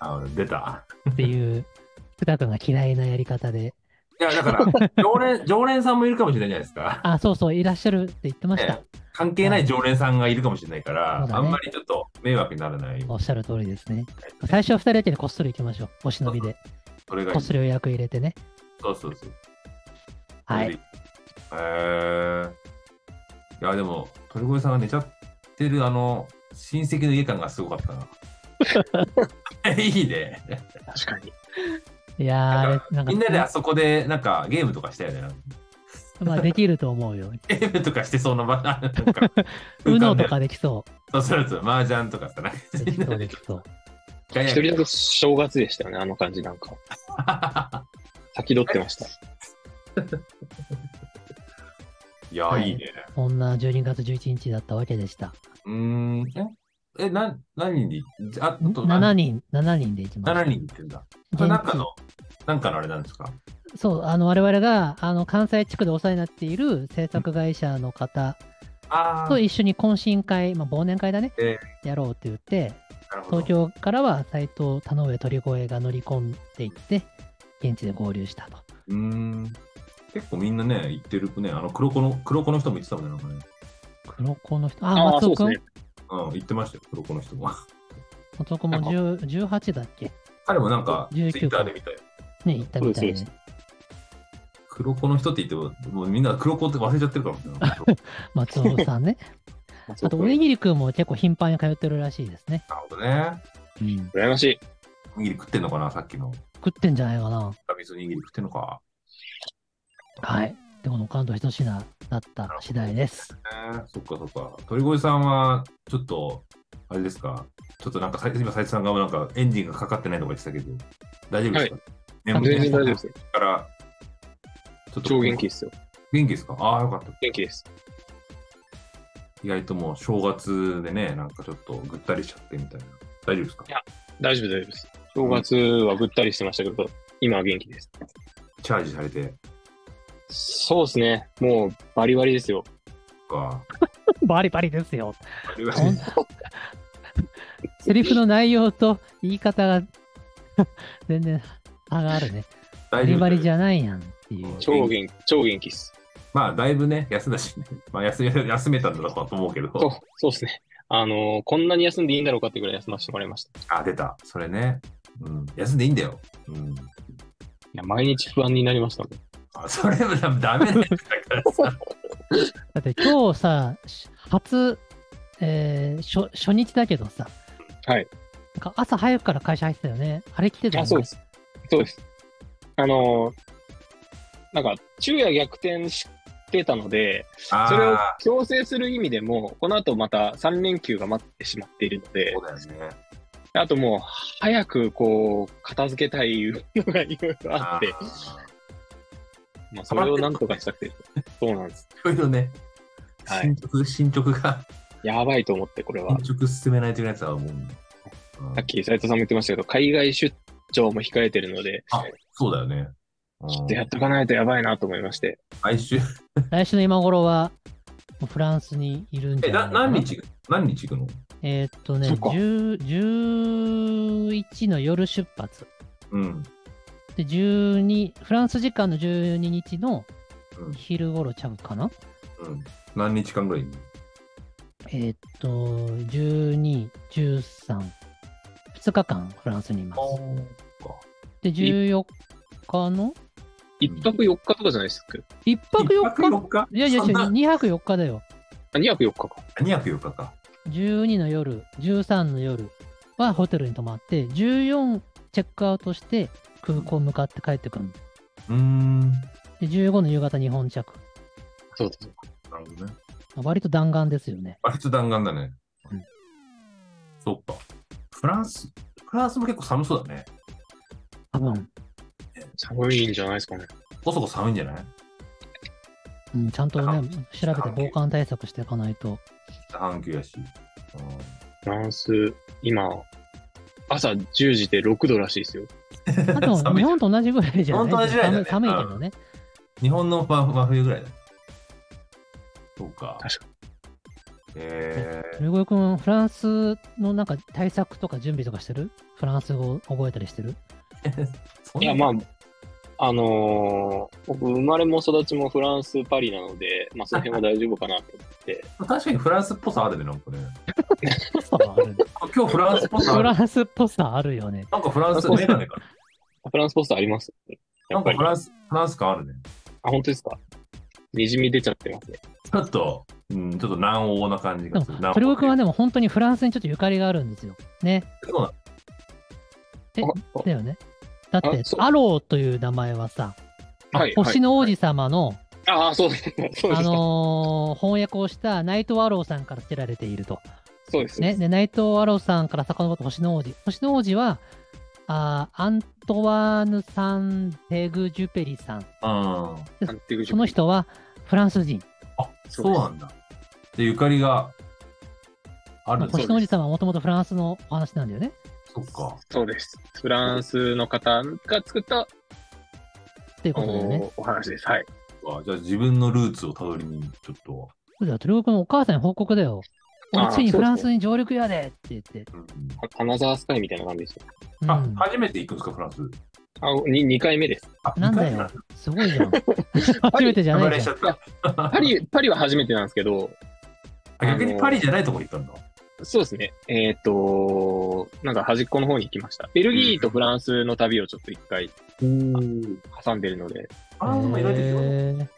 Speaker 2: あ、出た。
Speaker 1: っていう、 福田君が嫌いなやり方で、
Speaker 2: いや、だ から、常連、常連さんもいるかもしれないじゃないですか。
Speaker 1: あ、そうそう、いらっしゃるって言ってました。
Speaker 2: ね関係ない常連さんがいるかもしれないから、
Speaker 1: そうだ
Speaker 2: あ
Speaker 1: ね
Speaker 2: んまりちょっと迷惑にならない。
Speaker 1: おっしゃる通りですね。最初は2人だけでこっそり行きましょう。お忍びで。
Speaker 2: それがい
Speaker 1: こっ
Speaker 2: い。
Speaker 1: そり予約入れてね。
Speaker 2: そうそうそう。
Speaker 1: はい。。
Speaker 2: えー、いや、でも、鳥越さんが寝ちゃってる、あの、親戚の家感がすごかったな。 いいね。
Speaker 3: 確かに。
Speaker 1: いやー、あ
Speaker 2: な
Speaker 1: れ
Speaker 2: んか、
Speaker 1: なんか、
Speaker 2: みんなであそこで、なんか、ゲームとかしたよね。
Speaker 1: まあ、できると思うよ。
Speaker 2: ゲームとかしてそうな場合ある のか。
Speaker 1: うのとかできそ
Speaker 2: そうそうそう、麻雀とかさ、なんか
Speaker 1: う。できそう、できそう。
Speaker 3: 一人だけ正月でしたよね、あの感じなんか。先取ってました。
Speaker 2: いや、
Speaker 1: はい
Speaker 2: いね。
Speaker 1: こんな12月11日だったわけでした。
Speaker 2: うーん。え、えな何人にああと
Speaker 1: 7人、7人で行きました。
Speaker 2: 7人って言うんだ。
Speaker 1: 現
Speaker 2: それ
Speaker 1: 地
Speaker 2: なんかの、なんかのあれなんですか
Speaker 1: そう、あの、我々が、あの、関西地区でお世話になっている制作会社の方
Speaker 2: ああ、
Speaker 1: と一緒に懇親会、まあ、忘年会だね
Speaker 2: え、
Speaker 1: やろうって言って、
Speaker 2: なるほど
Speaker 1: 東京からは斎藤田上鳥越が乗り込んでいって、現地で合流したと。
Speaker 2: うーん。結構みんなね、行ってるね。あの、黒子の、黒子の人も行ってたもんね、なんかね。
Speaker 1: 黒子の人、あ、
Speaker 3: ああ、
Speaker 1: 松
Speaker 3: そ
Speaker 1: 尾
Speaker 3: う
Speaker 1: く
Speaker 3: です
Speaker 1: ん、
Speaker 3: ね。
Speaker 2: うん、行ってましたよ、黒子の人も。
Speaker 1: 松尾くんも10 18だっけ
Speaker 2: 彼もなんか、ツイ
Speaker 1: 19
Speaker 2: ッターで見たよ。
Speaker 1: ね、行ったみたい
Speaker 3: そうです
Speaker 1: で
Speaker 3: そ。
Speaker 2: 黒子の人って言っても、もうみんな黒子って忘れちゃってるから ね。
Speaker 1: 松尾さん ね。
Speaker 3: 松
Speaker 1: あ
Speaker 3: 尾く
Speaker 1: と、
Speaker 3: ん
Speaker 1: おにぎりくんも結構頻繁に通ってるらしいですね。
Speaker 2: なるほどね。
Speaker 1: うん。
Speaker 3: 羨ましい。
Speaker 2: おにぎり食ってんのかな、さっきの。
Speaker 1: 食ってんじゃないかな。
Speaker 2: ラビスおにぎり食ってんのか。
Speaker 1: はい。で、この関東一品だった次第です。
Speaker 2: ねそっかそっか。鳥越さんは、ちょっと、あれですか、ちょっとなんかさ、今、斉藤さんがなんかエンジンがかかってないとか言ってたけど、大丈夫ですか、
Speaker 1: は
Speaker 2: 眠
Speaker 1: い
Speaker 2: い、
Speaker 3: 全然大丈夫ですよ。
Speaker 2: から、ちょっ
Speaker 3: 超元気ですよ。
Speaker 2: 元気ですかああ、よかった。
Speaker 3: 元気です。
Speaker 2: 意外ともう正月でね、なんかちょっとぐったりしちゃってみたいな。大丈夫ですか
Speaker 3: いや大丈夫、大丈夫です。正月はぐったりしてましたけど、今は元気です。
Speaker 2: チャージされて、
Speaker 3: そうですね。もうバリバリですよ。
Speaker 2: とか。
Speaker 1: バリバリですよ。
Speaker 2: あれは
Speaker 1: ほんセリフの内容と言い方が 全然差があるね。バリバリじ
Speaker 2: ゃ
Speaker 1: ゃないやんっていう。
Speaker 3: 超元気、超元気です。
Speaker 2: まあ、だいぶね、休んだしね。 まあ、休休めたんだろうとは思うけど。
Speaker 3: そう、そうですね。あのーこんなに休んでいいんだろうかってぐらい休ませてもらいました。い
Speaker 2: あ、出た。それね。うん。休んでいいんだよ。うん。
Speaker 3: や、毎日不安になりましたもん。
Speaker 2: あ、それはダメだよ。だからさ。
Speaker 1: だって今日さ、し初、えー初、初日だけどさ、
Speaker 3: はい。
Speaker 1: なんか朝早くから会社入ってたよね。あれ来てたよ
Speaker 3: あ、
Speaker 1: ね。
Speaker 3: そうです。そうです。あのーなんか、昼夜逆転してたので、
Speaker 2: あー
Speaker 3: それを強制する意味でも、この後また3連休が待ってしまっているので
Speaker 2: そ、うだよね。
Speaker 3: あともう、早くこう、片付けたいのがいろいろあって、
Speaker 2: ー
Speaker 3: まあ、それをなんとかしたくて、そうなんです。
Speaker 2: いろいろね、
Speaker 3: はい
Speaker 2: 進捗、進捗が、
Speaker 3: やばいと思って、これは。
Speaker 2: 進捗進めないといけないやつは思う。うん
Speaker 3: さっき斉藤さんも言ってましたけど、海外出張も控えてるので、
Speaker 2: あ、そうだよね。うん
Speaker 3: ちょっとやっとかないとやばいなと思いまして。
Speaker 2: 来週、
Speaker 1: 来週の今頃は、もうフランスにいるんじ
Speaker 2: え、
Speaker 1: ゃない
Speaker 2: な
Speaker 1: かな
Speaker 2: 何日、何日行くの
Speaker 1: えーっとね、
Speaker 3: そっか
Speaker 1: 10 11の夜出発。
Speaker 2: うん。
Speaker 1: で、12、フランス時間の12日の
Speaker 2: うん
Speaker 1: 昼頃着かな、
Speaker 2: うん。何日間ぐらいいんの
Speaker 1: えーっと、12、13、2日間フランスにいます。で、14日の
Speaker 3: 一泊四日とかじゃないですか。
Speaker 1: 1泊
Speaker 2: 一
Speaker 1: 4
Speaker 2: 泊
Speaker 1: 日
Speaker 2: 四日
Speaker 1: いやいや、
Speaker 2: そんな
Speaker 1: 2泊4日だよ。
Speaker 3: あ、二泊四日か。
Speaker 2: 2泊4日か。
Speaker 1: 12の夜、13の夜はホテルに泊まって、14チェックアウトして空港向かって帰ってくるの
Speaker 2: うーん。な
Speaker 1: で、15の夕方日本着。
Speaker 3: そうそうそう。
Speaker 2: るほどね。
Speaker 1: 割と弾丸ですよね。
Speaker 2: 割と弾丸だね。
Speaker 1: うん
Speaker 2: そっか。フランス、フランスも結構寒そうだね。
Speaker 1: 多分、
Speaker 3: 寒いんじゃないですかね。
Speaker 2: こそこ寒いんじゃない
Speaker 1: うん、ちゃんと
Speaker 2: あ
Speaker 1: ね、調べて防寒対策していかないと。
Speaker 2: 北半球やし。うん
Speaker 3: フランス、今、朝10時で6度らしいですよ。
Speaker 1: あでも
Speaker 2: 寒い
Speaker 1: 日本と同じぐらいじゃない
Speaker 2: 日本と同じぐらいだね
Speaker 1: 寒い寒いけどね。
Speaker 2: 日本の真真冬ぐらいだね。そうか。
Speaker 3: 確か
Speaker 2: え
Speaker 1: ルゴイ君、フランスのなんか対策とか準備とかしてるフランス語覚えたりしてる
Speaker 2: ー、
Speaker 3: いや、ま
Speaker 2: あ、
Speaker 3: あ、あのー僕、生まれも育ちもフランス、パリなので、まあ、その辺は大丈夫かなと思って。
Speaker 2: 確かにフランスっぽさあるね、なんかね。
Speaker 1: ポスターはあるね
Speaker 2: 今日フランスっぽさあ
Speaker 1: フ
Speaker 2: る。
Speaker 1: ランスっぽさあるよね。
Speaker 2: なんかフランス、
Speaker 3: そう
Speaker 2: メガネか
Speaker 3: フランスポスターあります
Speaker 2: な。
Speaker 3: や
Speaker 2: な
Speaker 3: っ
Speaker 2: ん
Speaker 3: ぱ
Speaker 2: か
Speaker 3: り
Speaker 2: フ。ランス、フランス感あるね。
Speaker 3: あ、本当ですかにじみ出ちゃってますね。
Speaker 2: ちょっと、うん、ちょっと南欧な感じ
Speaker 1: で
Speaker 2: が
Speaker 1: も
Speaker 2: する。南、欧
Speaker 1: トリゴ君はでも本当にフランスにちょっとゆかりがあるんですよ。ね。
Speaker 2: そうなの
Speaker 1: え
Speaker 3: あ
Speaker 1: だよね。だって
Speaker 3: あ、そう
Speaker 1: アローという名前はさ、
Speaker 3: はい
Speaker 1: 星の王子様の
Speaker 3: ああ、そうです ね。そうで
Speaker 1: あ
Speaker 3: すね。
Speaker 1: のー翻訳をしたナイト・ワローさんから付けられていると。
Speaker 3: そうです
Speaker 1: ね、。でナイト・ワローさんから遡って星の王子。星の王子は、あーアントワーヌ・サン・ペグ・ジュペリさん。
Speaker 2: あ
Speaker 3: なんていうか
Speaker 1: その人はフランス人。
Speaker 2: あ、そうなんだ。で、ゆかりがある
Speaker 1: まあ
Speaker 2: んだ。
Speaker 1: 星の王子さんはもともとフランスのお話なんだよね。
Speaker 2: そっか。
Speaker 3: そうです。フランスの方が作った
Speaker 1: っていうことだよね。
Speaker 3: おお話です。はい。
Speaker 2: あじゃあ自分のルーツをたどりに、ちょっと。
Speaker 1: そうだよ、鳥越くんお母さんに報告だよ。俺
Speaker 3: あー
Speaker 1: ついに
Speaker 3: そ
Speaker 1: フ
Speaker 3: うですね
Speaker 1: ランスに上陸やでって言って。
Speaker 2: うん
Speaker 3: アナザースカイみたいな感じですよ。
Speaker 1: うん
Speaker 2: あ、初めて行くんですか、フランス。
Speaker 3: あ、に2回目です。
Speaker 2: あ
Speaker 1: なんだよ。すごいじゃん。 初めてじゃ
Speaker 2: 流
Speaker 1: ない
Speaker 2: れし
Speaker 1: じ
Speaker 2: ち
Speaker 1: ゃ
Speaker 2: ゃ
Speaker 1: ん。
Speaker 2: った。
Speaker 3: パリ、パリは初めてなんですけど、
Speaker 2: あ逆にパリじゃないとこ行ったんだ。
Speaker 3: そうですね。えっ、と、なんか端っこの方に行きました。ベルギーとフランスの旅をちょっと一回挟んでるので、
Speaker 2: フランスも意外と広い。
Speaker 1: へー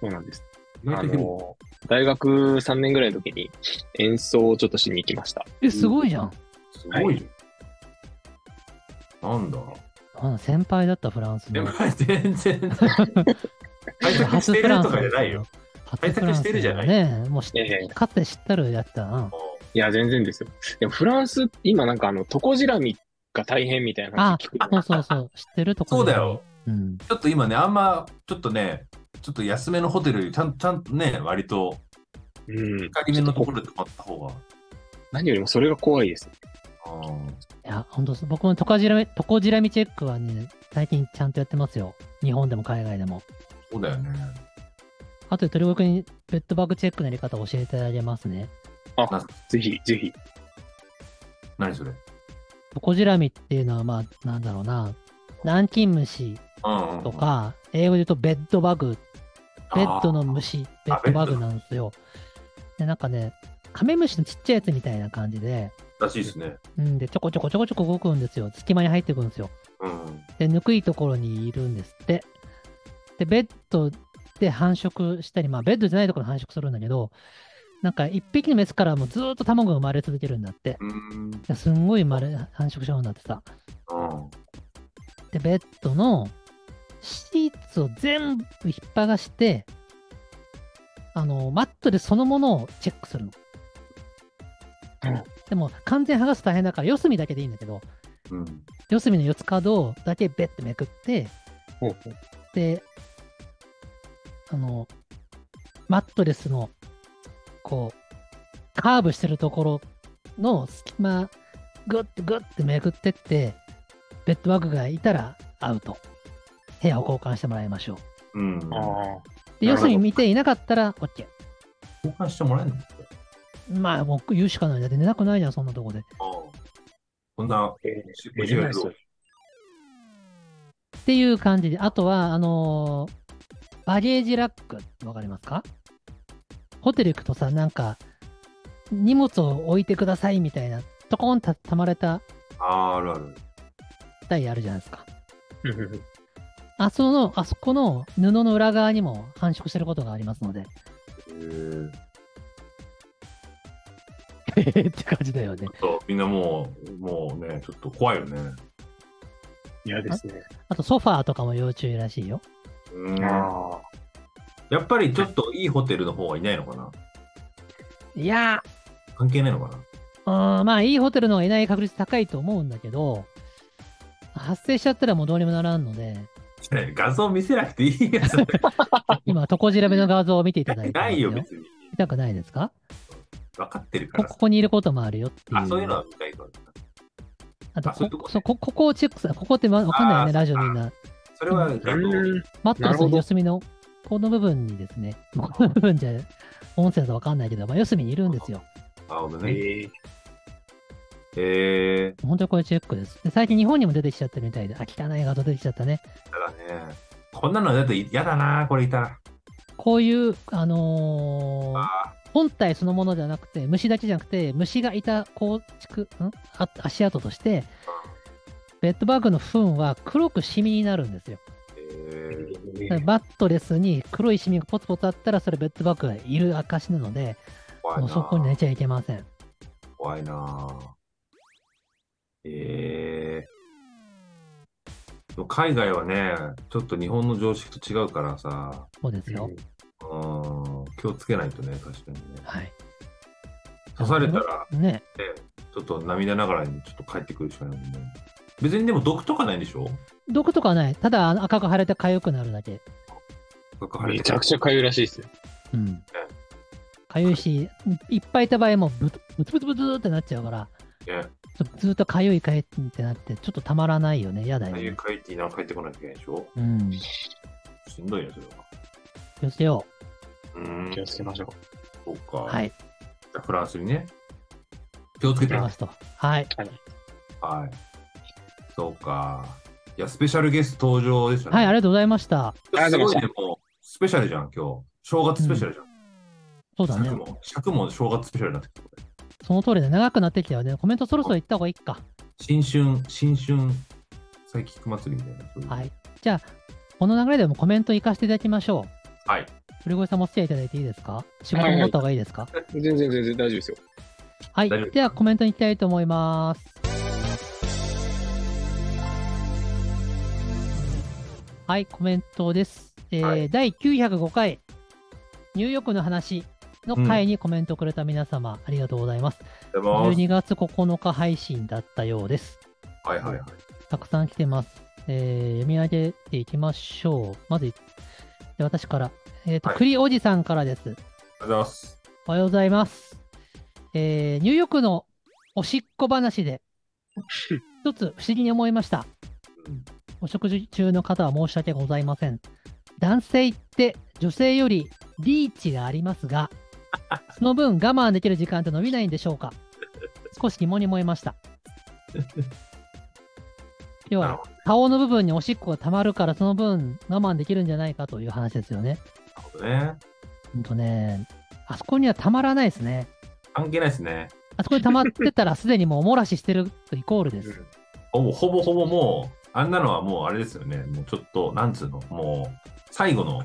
Speaker 3: そうなんです。
Speaker 2: 意
Speaker 3: あ
Speaker 2: 外と広い。
Speaker 3: の、大学3年ぐらいの時に演奏をちょっとしに行きました。
Speaker 1: え、すごいじゃん。
Speaker 2: すごい。なんだ。
Speaker 1: あの先輩だったフランス
Speaker 2: で
Speaker 1: の
Speaker 2: も。 全然。対策してるとかじゃないよ。
Speaker 1: 初フランスだよね。
Speaker 2: 対策してるじゃない
Speaker 1: ねえもうし
Speaker 3: ええ
Speaker 1: かつて知ったるやったな。
Speaker 3: いや、全然ですよ。でもフランス、今なんかあの、トコジラミが大変みたいな話聞く
Speaker 1: そうそうそう。知ってるとこ
Speaker 2: そ
Speaker 1: ろ
Speaker 2: うだよ。。
Speaker 1: うん。
Speaker 2: ちょっと今ね、あんま、ちょっとね、ちょっと安めのホテルより、ちゃんちゃんとね、割と、
Speaker 3: うん。
Speaker 2: 限りのところで泊まった方が。
Speaker 3: 何よりもそれが怖いです。
Speaker 2: あー
Speaker 1: いや、本当僕もトカジラミ、トコジラミチェックはね、最近ちゃんとやってますよ。日本でも海外でも。
Speaker 2: そうだよね。
Speaker 1: あとで鳥越くんにベッドバッグチェックのやり方を教えてあげますね。
Speaker 3: ぜひ、ぜひ。
Speaker 2: 何それ。
Speaker 1: トコジラミっていうのは、まあ、なんだろうな。南京虫
Speaker 2: うんうん
Speaker 1: とか、英語で言うとベッドバグベッドの。虫、ベ
Speaker 2: あ
Speaker 1: ッドバグなんですよ。で、なんかね、カメムシのちっちゃいやつみたいな感じで、
Speaker 2: あーらしいですね。
Speaker 1: うん、で、ちょこちょこちょこちょこ動くんですよ。隙間に入ってくんですよ。
Speaker 2: うん。
Speaker 1: で、ぬくいところにいるんですって。で、ベッドで繁殖したり、まあ、ベッドじゃないところで繁殖するんだけど、なんか、一匹のメスからもうずーっと卵が生まれ続けるんだって。
Speaker 2: うん。
Speaker 1: ですんごい生まれ繁殖しちゃうんだってさ。
Speaker 2: うん
Speaker 1: で、ベッドのシーツを全部引っ剥がして、あの、マットでそのものをチェックするの。
Speaker 3: うん
Speaker 1: でも、完全剥がすと大変だから、四隅だけでいいんだけど、
Speaker 2: うん。
Speaker 1: 四隅の四つ角だけベッてめくって、
Speaker 3: ほう
Speaker 1: で、あの、マットレスの、こう、カーブしてるところの隙間、ぐってぐってめくってって、ベッドワークがいたらアウト。部屋を交換してもらいましょう。
Speaker 2: うん。
Speaker 1: で、
Speaker 2: 交
Speaker 3: あなるほど
Speaker 1: 四隅見ていなかったら OK。
Speaker 2: 換してもらえるの
Speaker 1: まあ、もう言うしかない。だって寝なくないじゃん、そんなとこで。
Speaker 2: ああこんな
Speaker 3: あ、、えー、
Speaker 2: 虫がいる
Speaker 3: そ
Speaker 2: ぞ
Speaker 3: う。
Speaker 1: っていう感じで、あとは、あのーバゲージラック、わかりますかホテル行くとさ、なんか、荷物を置いてくださいみたいな、トコンとたまれた
Speaker 2: あーあるある。
Speaker 1: 台あるじゃないですか。
Speaker 3: うんうんうん
Speaker 1: あその、あそこの布の裏側にも繁殖してることがありますので。
Speaker 2: えー、
Speaker 1: へへって感じだよね。
Speaker 2: ちょっとみんなもう、もうね、ちょっと怖いよね。
Speaker 3: いやですね。
Speaker 1: あと、ソファーとかも要注意らしいよ。
Speaker 2: うん。や
Speaker 3: あ
Speaker 2: っぱりちょっといいホテルの方はいないのかない
Speaker 1: や
Speaker 2: 関係ないのかな
Speaker 1: ー、うん、まあ、いいホテルの方がいない確率高いと思うんだけど、発生しちゃったらもうどうにもならんので、
Speaker 2: ね画像見せなくていいやつ
Speaker 1: 今、トコジラベの画像を見ていただいてます。
Speaker 2: な いよ、別に。
Speaker 1: 痛くないですか
Speaker 2: 分かってるか
Speaker 1: こ
Speaker 2: らさ
Speaker 1: こ。こにいることもあるよっていう。
Speaker 2: あ、そういうのは見たいから。
Speaker 1: あと
Speaker 2: あそういうと
Speaker 1: こ
Speaker 2: こね
Speaker 1: そうこ、ここをチェックする。ここってわわかんないよね、
Speaker 2: あー
Speaker 1: ラジオみんな。
Speaker 2: それは
Speaker 1: う
Speaker 3: あ。
Speaker 2: 画像。
Speaker 3: うん。
Speaker 1: マット
Speaker 3: な
Speaker 1: レ
Speaker 3: る
Speaker 1: ス
Speaker 3: ほ
Speaker 1: の
Speaker 3: ど
Speaker 1: 四隅の、この部分にですね、まあこの部分じゃ、音声だとわかんないけど、まあ、四隅にいるんですよ。
Speaker 2: あ、ごめんね。
Speaker 3: えー
Speaker 2: えー、
Speaker 1: 本当にこれチェックです。で、最近日本にも出てきちゃってるみたいで、あ、汚い画像出てきちゃったね。
Speaker 2: やだね。こんなのだと嫌だな、これいたら。
Speaker 1: こういう、あのー
Speaker 2: あ
Speaker 1: 本体そのものじゃなくて、虫だけじゃなくて、虫がいた構築、んあ足跡として、ベッドバッグの糞は黒くシミになるんですよ。
Speaker 2: え
Speaker 1: だ
Speaker 2: ー、
Speaker 1: からバットレスに黒いシミがポツポツあったら、それベッドバッグがいる証なので、
Speaker 2: 怖い
Speaker 1: もうそこに
Speaker 2: な
Speaker 1: 寝。ちゃいけません。
Speaker 2: 怖いな。えでも海外はね、ちょっと日本の常識と違うからさ、
Speaker 1: そうですよ。
Speaker 2: うん、気をつけないとね、確かにね。
Speaker 1: はい。
Speaker 2: 刺されたら、
Speaker 1: ね、
Speaker 2: ね、ちょっと涙ながらにちょっと帰ってくるしかないもんね。別にでも毒とかないんでしょ
Speaker 1: 毒とかはない。ただあの赤く腫れて痒くなるだけ。
Speaker 3: めちゃくちゃ痒いらしいですよ。
Speaker 1: うん。痒いし、いっぱいいた場合もうブツブツブツブツってなっちゃうから、
Speaker 2: ゃ。ね、
Speaker 1: ちょっとずっと痒い痒いってなって、ちょっとたまらないよね。嫌だ
Speaker 2: あ
Speaker 1: よ
Speaker 2: あいう
Speaker 1: ね。
Speaker 2: 帰っていな帰ってこないといけないでしょ
Speaker 1: うん。
Speaker 2: しんどいよ、それは。
Speaker 1: 気をつけよ
Speaker 2: うーん
Speaker 3: 気をつけましょう。
Speaker 2: そうか。
Speaker 1: う。はい。
Speaker 2: じゃあフランスにね。気をつけ
Speaker 1: い
Speaker 2: て
Speaker 1: きますと。はい。
Speaker 2: はい。そうか。いや、スペシャルゲスト登場でしたね。
Speaker 1: はい、ありがとうございました。
Speaker 3: ありがとうござい
Speaker 2: すごいね、もう、スペシャルじゃん、今日。正月スペシャルじゃん。
Speaker 1: そうだね
Speaker 2: 尺。も、尺も正月スペシャルになってきた。これ
Speaker 1: その通りで長くなってきたよね。コメントそろそろ行った方がいいか。
Speaker 2: 新春、新春、サイキック祭りみたいなそういう。
Speaker 1: はい。じゃあ、この流れでもコメント行かせていただきましょう。
Speaker 2: はい。
Speaker 1: 古越さんもお付き合いいただいていいですか仕事も持った方がいいですか
Speaker 3: 全然全然大丈夫ですよ。
Speaker 1: はい、
Speaker 2: 大丈夫
Speaker 1: ではコメントに行きたいと思います。はい、コメントです。えー
Speaker 2: はい
Speaker 1: 第905回、ニューヨークの話の回にコメントくれた皆様、ありがとうございます。
Speaker 2: でも、はい
Speaker 1: 12月9日配信だったようです。
Speaker 2: はいはい。
Speaker 1: たくさん来てます。えー読み上げていきましょう。まずい、で私から。えっ、と、
Speaker 2: はい
Speaker 1: 栗おじさんからです。
Speaker 2: ありがとうございます。
Speaker 1: おはようございます。えー、ニューヨークのおしっこ話で、一つ不思議に思いました。
Speaker 2: うん
Speaker 1: お食事中の方は申し訳ございません。男性って女性よりリーチがありますが、その分我慢できる時間って伸びないんでしょうか少し疑問に思いました。要
Speaker 2: なる
Speaker 1: は
Speaker 2: ほ、
Speaker 1: 顔の部分におしっこが溜まるから、その分我慢できるんじゃないかという話ですよね。
Speaker 2: なるほどね。
Speaker 1: ほんとね、あそこにはたまらないですね。
Speaker 2: 関係ないですね。
Speaker 1: あそこに溜まって たら、すでにもうお漏らししてるとイコールです。
Speaker 2: ほぼほぼほぼもう、あんなのはもうあれですよね。もうちょっと、なんつうの、もう、最後の、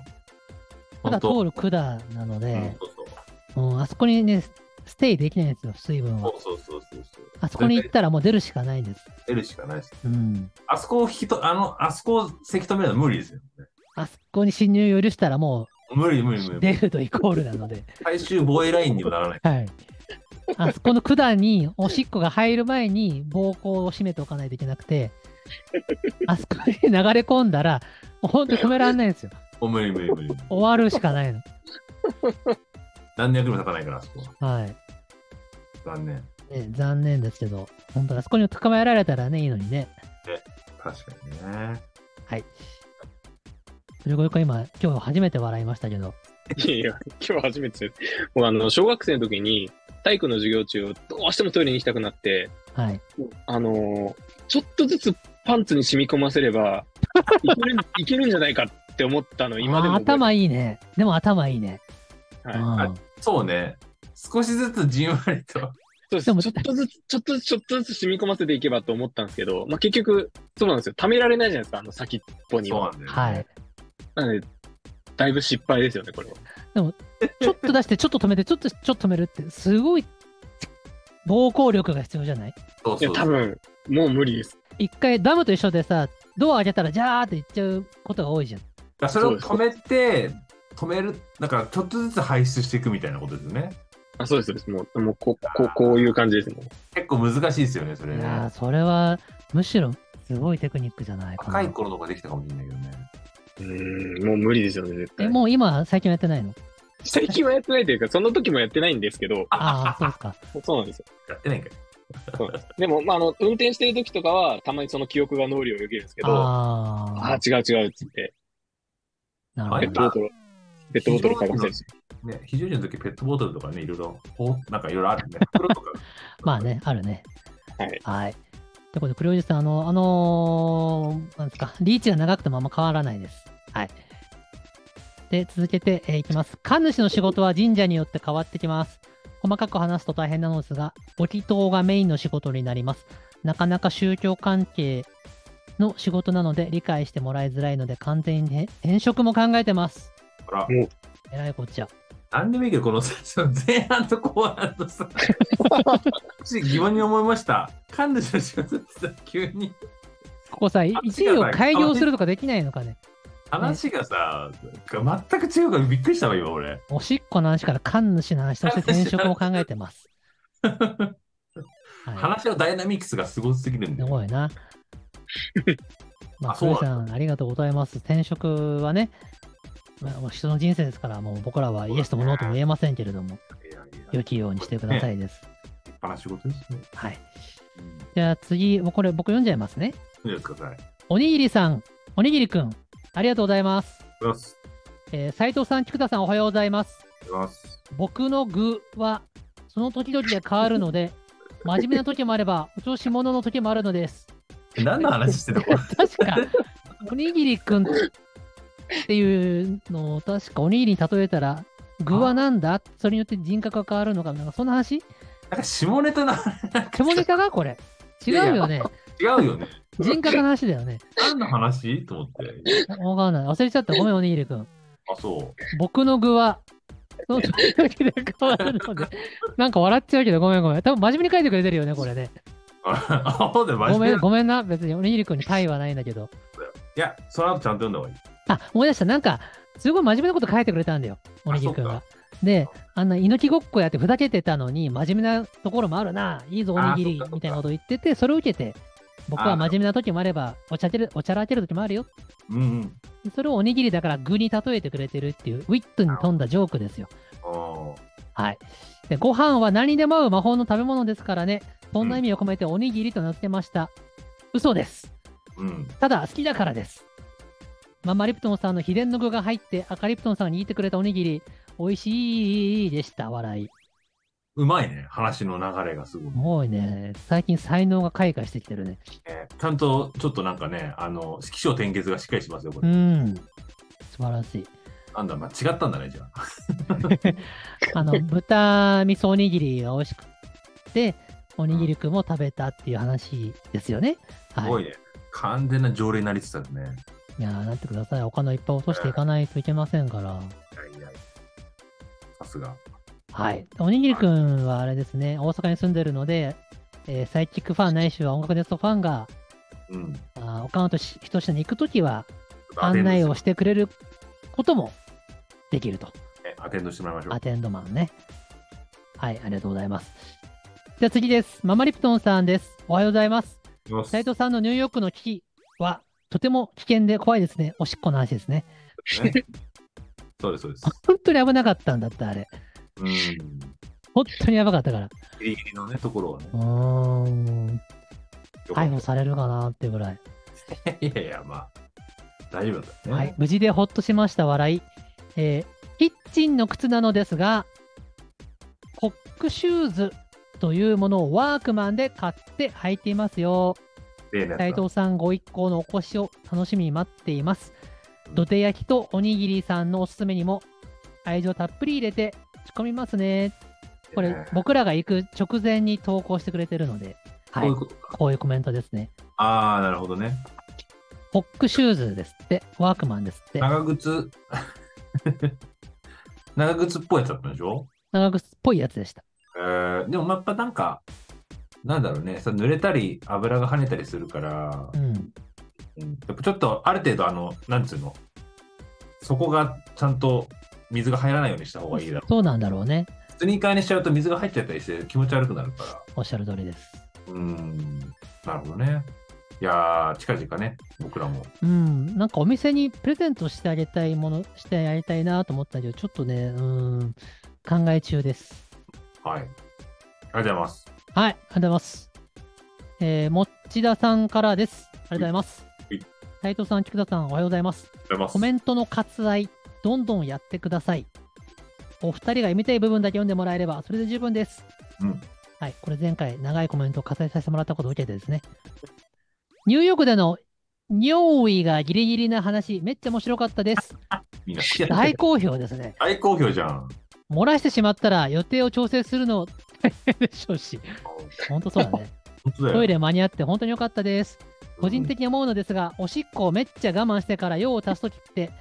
Speaker 1: ただ通る管なの
Speaker 2: うん
Speaker 1: で、
Speaker 2: そうそう
Speaker 1: うん、あそこにね、スステイできないんですよ、水分は。
Speaker 2: そうそうそうそうそう。
Speaker 1: あそこに行ったらもう出るしかないんです。
Speaker 2: 出るしかないです。
Speaker 1: うん。
Speaker 2: あそこを引きと、あの、あそこをせき止めるのは無理ですよ、ね。
Speaker 1: あそこに侵入を許したらも
Speaker 2: 無理無理
Speaker 1: う
Speaker 2: 無理。
Speaker 1: 出るとイコールなので、
Speaker 2: 最終防衛ラインにもならない。
Speaker 1: はい。あそこの管におしっこが入る前に膀胱を締めておかないといけなくて、あそこに流れ込んだら、もう本当に止められないんですよ。
Speaker 2: もう無理無理無理。
Speaker 1: 終わるしかないの。
Speaker 2: 何の役にも立たないから、あそこは。
Speaker 1: はい。
Speaker 2: 残念。
Speaker 1: ね、残念ですけど、本当あそこに捕まえられたらね、いいのにね。
Speaker 2: 確かにね。
Speaker 1: それこそ今、今日初めて笑いましたけど。
Speaker 3: いやいや、今日初めてです。もうあの、小学生の時に体育の授業中、どうしてもトイレに行きたくなって、
Speaker 1: はい。
Speaker 3: あのーちょっとずつパンツに染み込ませれば、いけ るんいけるんじゃないかって思ったの、今でも
Speaker 1: あー
Speaker 3: 覚えてる。
Speaker 1: 頭いいね。でも頭いいね。
Speaker 3: はい
Speaker 1: うん
Speaker 2: そうね。少しずつじんわりと。
Speaker 3: そうです
Speaker 1: でも
Speaker 3: ちょっとずつ、ちょっとずつ、ちょっとずつ染み込ませていけばと思ったんですけど、まあ、結局、そうなんですよ。溜められないじゃないですか、あの先っぽに
Speaker 2: そう
Speaker 3: は。
Speaker 2: なんだよ、ね。
Speaker 1: はい。。
Speaker 3: なので、だいぶ失敗ですよね、これは。
Speaker 1: ちょっと出して、ちょっと止めて、ちょっと、ちょっと止めるって、すごい、暴行力が必要じゃない
Speaker 2: そう
Speaker 3: いや、
Speaker 2: そう
Speaker 3: 多分、もう無理です。
Speaker 1: 一回ダムと一緒でさ、ドア開けたら、じゃーって言っちゃうことが多いじゃん。
Speaker 2: だからそれを止めて、止める、だからちょっとずつ排出していくみたいなことですね。
Speaker 3: あ、そうです、そうです。もう、もうこ、こう、こういう感じですもん。
Speaker 2: 結構難しいですよね、それ
Speaker 1: いやー、
Speaker 2: ね。
Speaker 1: それは、むしろ、すごいテクニックじゃないか
Speaker 2: 若い
Speaker 1: な。
Speaker 2: 頃とかできたかもしれないけどね。
Speaker 3: うーん、もう無理ですよね、絶
Speaker 1: え、
Speaker 3: 対。
Speaker 1: もう今、最近はやってないの
Speaker 3: 最近はやってないというか、その時もやってないんですけど、
Speaker 1: ああ、そうか。
Speaker 3: そうなんですよ。
Speaker 2: やってないんかい。
Speaker 3: そうなんです。でも、まあ、あの、運転してる時とかは、たまにその記憶が脳裏をよぎるんですけど、あ
Speaker 1: あ
Speaker 3: あー、違う違うっつって、
Speaker 1: あ、な
Speaker 2: あ
Speaker 1: る
Speaker 3: ペ
Speaker 1: ほど
Speaker 3: ット。ボトル、ペットボトル探したりして。
Speaker 2: ね、非常時の時ペットボトルとかね、いろいろ、おなんかいろいろあるね。袋とか。
Speaker 1: まあね、あるね。
Speaker 3: はい。
Speaker 1: はい。ってことで、黒ジさん、あの、あのーなんですか、リーチが長くてもあんま変わらないです。はい。で、続けて、えーいきます。神主の仕事は神社によって変わってきます。細かく話すと大変なのですが、お祈祷がメインの仕事になります。なかなか宗教関係の仕事なので理解してもらいづらいので、完全にへ転職も考えてます。
Speaker 2: ほら、
Speaker 1: えらいこっちゃ。
Speaker 2: なんでもいいけど、このさその前半と後半とさ、私疑問に思いました。神主の仕事ってさ、急に
Speaker 1: ここさ、1位を開業するとかできないのかね。
Speaker 2: 話がさ、全く違うからびっくりしたわ、今俺。
Speaker 1: おしっこの話から神主の話として転職も考えて ます。は
Speaker 2: 話のダイナミクスがすごすぎるん
Speaker 1: い、
Speaker 2: ですよ。
Speaker 1: ごい な。まあ、
Speaker 2: あそう
Speaker 1: 古
Speaker 2: な
Speaker 1: 谷
Speaker 2: んだ
Speaker 1: さん、ありがとうございます。転職はね、まあもう人の人生ですから、もう僕らはイエスともノーとも言えませんけれども、
Speaker 2: いやいや
Speaker 1: 良きようにしてくださいです。
Speaker 2: 立派な仕事ですね。
Speaker 1: はい。
Speaker 2: うん
Speaker 1: じゃあ次、もうこれ僕読んじゃいますね。
Speaker 2: いいですか、はい。ありがと
Speaker 1: おにぎりさん、おにぎりくん、ありがとうございます。
Speaker 2: うございます。
Speaker 1: えー、斉藤さん、菊田さん、おはようございます。
Speaker 2: ありがとうございます。
Speaker 1: 僕の具はその時々で変わるので、真面目な時もあれば、お調子者の時もあるのです。
Speaker 2: 何の話してたの
Speaker 1: 確か、おにぎりくんっていうのを、確かおにぎりに例えたら、具はなんだそれによって人格が変わるのかなんかそんな話
Speaker 2: なんか下ネタの話
Speaker 1: 手もネタがこれ。違うよね。
Speaker 2: 違うよね。
Speaker 1: 人格の話だよね。
Speaker 2: 何の話と思って。
Speaker 1: わかんない。忘れちゃった。ごめん、おにぎりくん。
Speaker 2: あ、そう。
Speaker 1: 僕の具は、その時々で変わるので、なんか笑っちゃうけど、ごめんごめん。多分真面目に書いてくれてるよね、これね。
Speaker 2: あ、そうだよ、
Speaker 1: ご
Speaker 2: 真面
Speaker 1: め
Speaker 2: 目
Speaker 1: ん、
Speaker 2: なんだよ
Speaker 1: ごめんな。別に、おにぎりくんにパイはないんだけど。
Speaker 2: いや、その後ちゃんと読んだ方がいい。
Speaker 1: あ、思い出した。なんか、すごい真面目なこと書いてくれたんだよ。おにぎりくん
Speaker 2: あそ
Speaker 1: が
Speaker 2: う。
Speaker 1: で、あんな猪木ごっこやってふざけてたのに、真面目なところもあるな。いいぞ、おにぎり
Speaker 2: あそっかそっ。か
Speaker 1: みたいなこと言ってて、それを受けて、僕は
Speaker 2: あ
Speaker 1: 真面目な時もあれば、おちゃける、おちゃらける時もあるよ。
Speaker 2: うんうん。
Speaker 1: それをおにぎりだから具に例えてくれてるっていう、ウィットに富んだジョークですよ。
Speaker 2: あ
Speaker 1: はい。で、ご飯は何にでも合う魔法の食べ物ですからね。そんな意味を込めておにぎりと名付けました。嘘です。
Speaker 2: ーうん。
Speaker 1: ただ好きだからです。ママリプトンさんの秘伝の具が入って、赤リプトンさんに握ってくれたおにぎり、美味しいでした、笑い。
Speaker 2: うまいね、話の流れがすごい。
Speaker 1: すごいね。最近才能が開花してきてるね。
Speaker 2: えーちゃんと、ちょっとなんかね、あの、色彰転結がしっかりしますよ、こ
Speaker 1: う
Speaker 2: れ。
Speaker 1: ん。素晴らしい。
Speaker 2: なんだ、まあ、違ったんだね、じゃあ。
Speaker 1: あ の、豚味噌おにぎりが美味しくて、おにぎりくんも食べたっていう話ですよね。
Speaker 2: すご
Speaker 1: はい
Speaker 2: ね。完全な条例になりつつあるね。
Speaker 1: い。いやー、なってください。お金をいっぱい落としていかないといけませんから。
Speaker 2: いやいや。さすが。
Speaker 1: はい。おにぎりくんはあれですね、大阪に住んでるので、えーサイキックファンないしは音楽ネストファンが、
Speaker 2: うん。
Speaker 1: あーおかんとし人下に行くときは、案内をしてくれることもできると。
Speaker 2: ねアテンドしてもらいましょう
Speaker 1: ア。テンドマンね。はい、ありがとうございます。じゃあ次です。ママリプトンさんです。おはようございます。斉藤さんのニューヨークの危機は、とても危険で怖いですね。おしっこの話ですね。
Speaker 2: ね そうです、そうです。
Speaker 1: 本当に危なかったんだって、あれ。
Speaker 2: うん。
Speaker 1: 本当にやばかったから。
Speaker 2: ギリギリのね、ところはね
Speaker 1: う。ーん。逮捕されるかなってぐらい。
Speaker 2: い やいや、まあ、大丈夫だったね。
Speaker 1: はい、無事でほっとしました笑い、えーキッチンの靴なのですがコックシューズというものをワークマンで買って履いていますよ
Speaker 2: 例のやつだ
Speaker 1: 斉藤さんご一行のお越しを楽しみに待っています土手焼きとおにぎりさんのおすすめにも愛情たっぷり入れて仕込みますねこれ
Speaker 2: ね
Speaker 1: 僕らが行く直前に投稿してくれてるので、は
Speaker 2: こう
Speaker 1: い
Speaker 2: いう、ことか
Speaker 1: こういうコメントですね
Speaker 2: ああ、なるほどね。
Speaker 1: コックシューズですってワークマンですって
Speaker 2: 長靴。 長靴っぽいやつだったんでしょ
Speaker 1: 長靴っぽいやつでした
Speaker 2: えー、でもやっぱなんか、なんだろうね、さ濡れたり油が跳ねたりするから
Speaker 1: う、ん
Speaker 2: うんやっぱちょっとある程度あの、なんつうの、そこがちゃんと水が入らないようにした方がいいだろ
Speaker 1: そうなんだろうね。
Speaker 2: う。スニーカーにしちゃうと水が入っちゃったりして気持ち悪くなるから。
Speaker 1: おっしゃる通りです。
Speaker 2: うん、なるほどね。いやー、近々ね、僕らも。
Speaker 1: うん、なんかお店にプレゼントしてあげたいもの、してやりたいなと思ったけど、ちょっとね、うん、考え中です。
Speaker 2: はい。ありがとうございます。
Speaker 1: はい、ありがとうございます。えー、もっちださんからです。ありがとうございます
Speaker 2: はい。
Speaker 1: 斉藤さん、菊田さん、おはようございます。
Speaker 2: ありがとうございます。
Speaker 1: コメントの割愛、どんどんやってください。お二人が読みたい部分だけ読んでもらえれば、それで十分です。
Speaker 2: うん
Speaker 1: はい、これ前回長いコメントを割愛させてもらったことを受けてですね。ニューヨークでの尿意がギリギリな話、めっちゃ面白かったです。
Speaker 2: みんな好きや
Speaker 1: 大好評ですね。
Speaker 2: 大好評じゃん。
Speaker 1: 漏らしてしまったら予定を調整するの大変でしょうし、本当そうだ ね。
Speaker 2: 本当だよ。
Speaker 1: トイレ間に合って本当に良かったです。個人的に思うのですが、おしっこをめっちゃ我慢してから用を足すときって、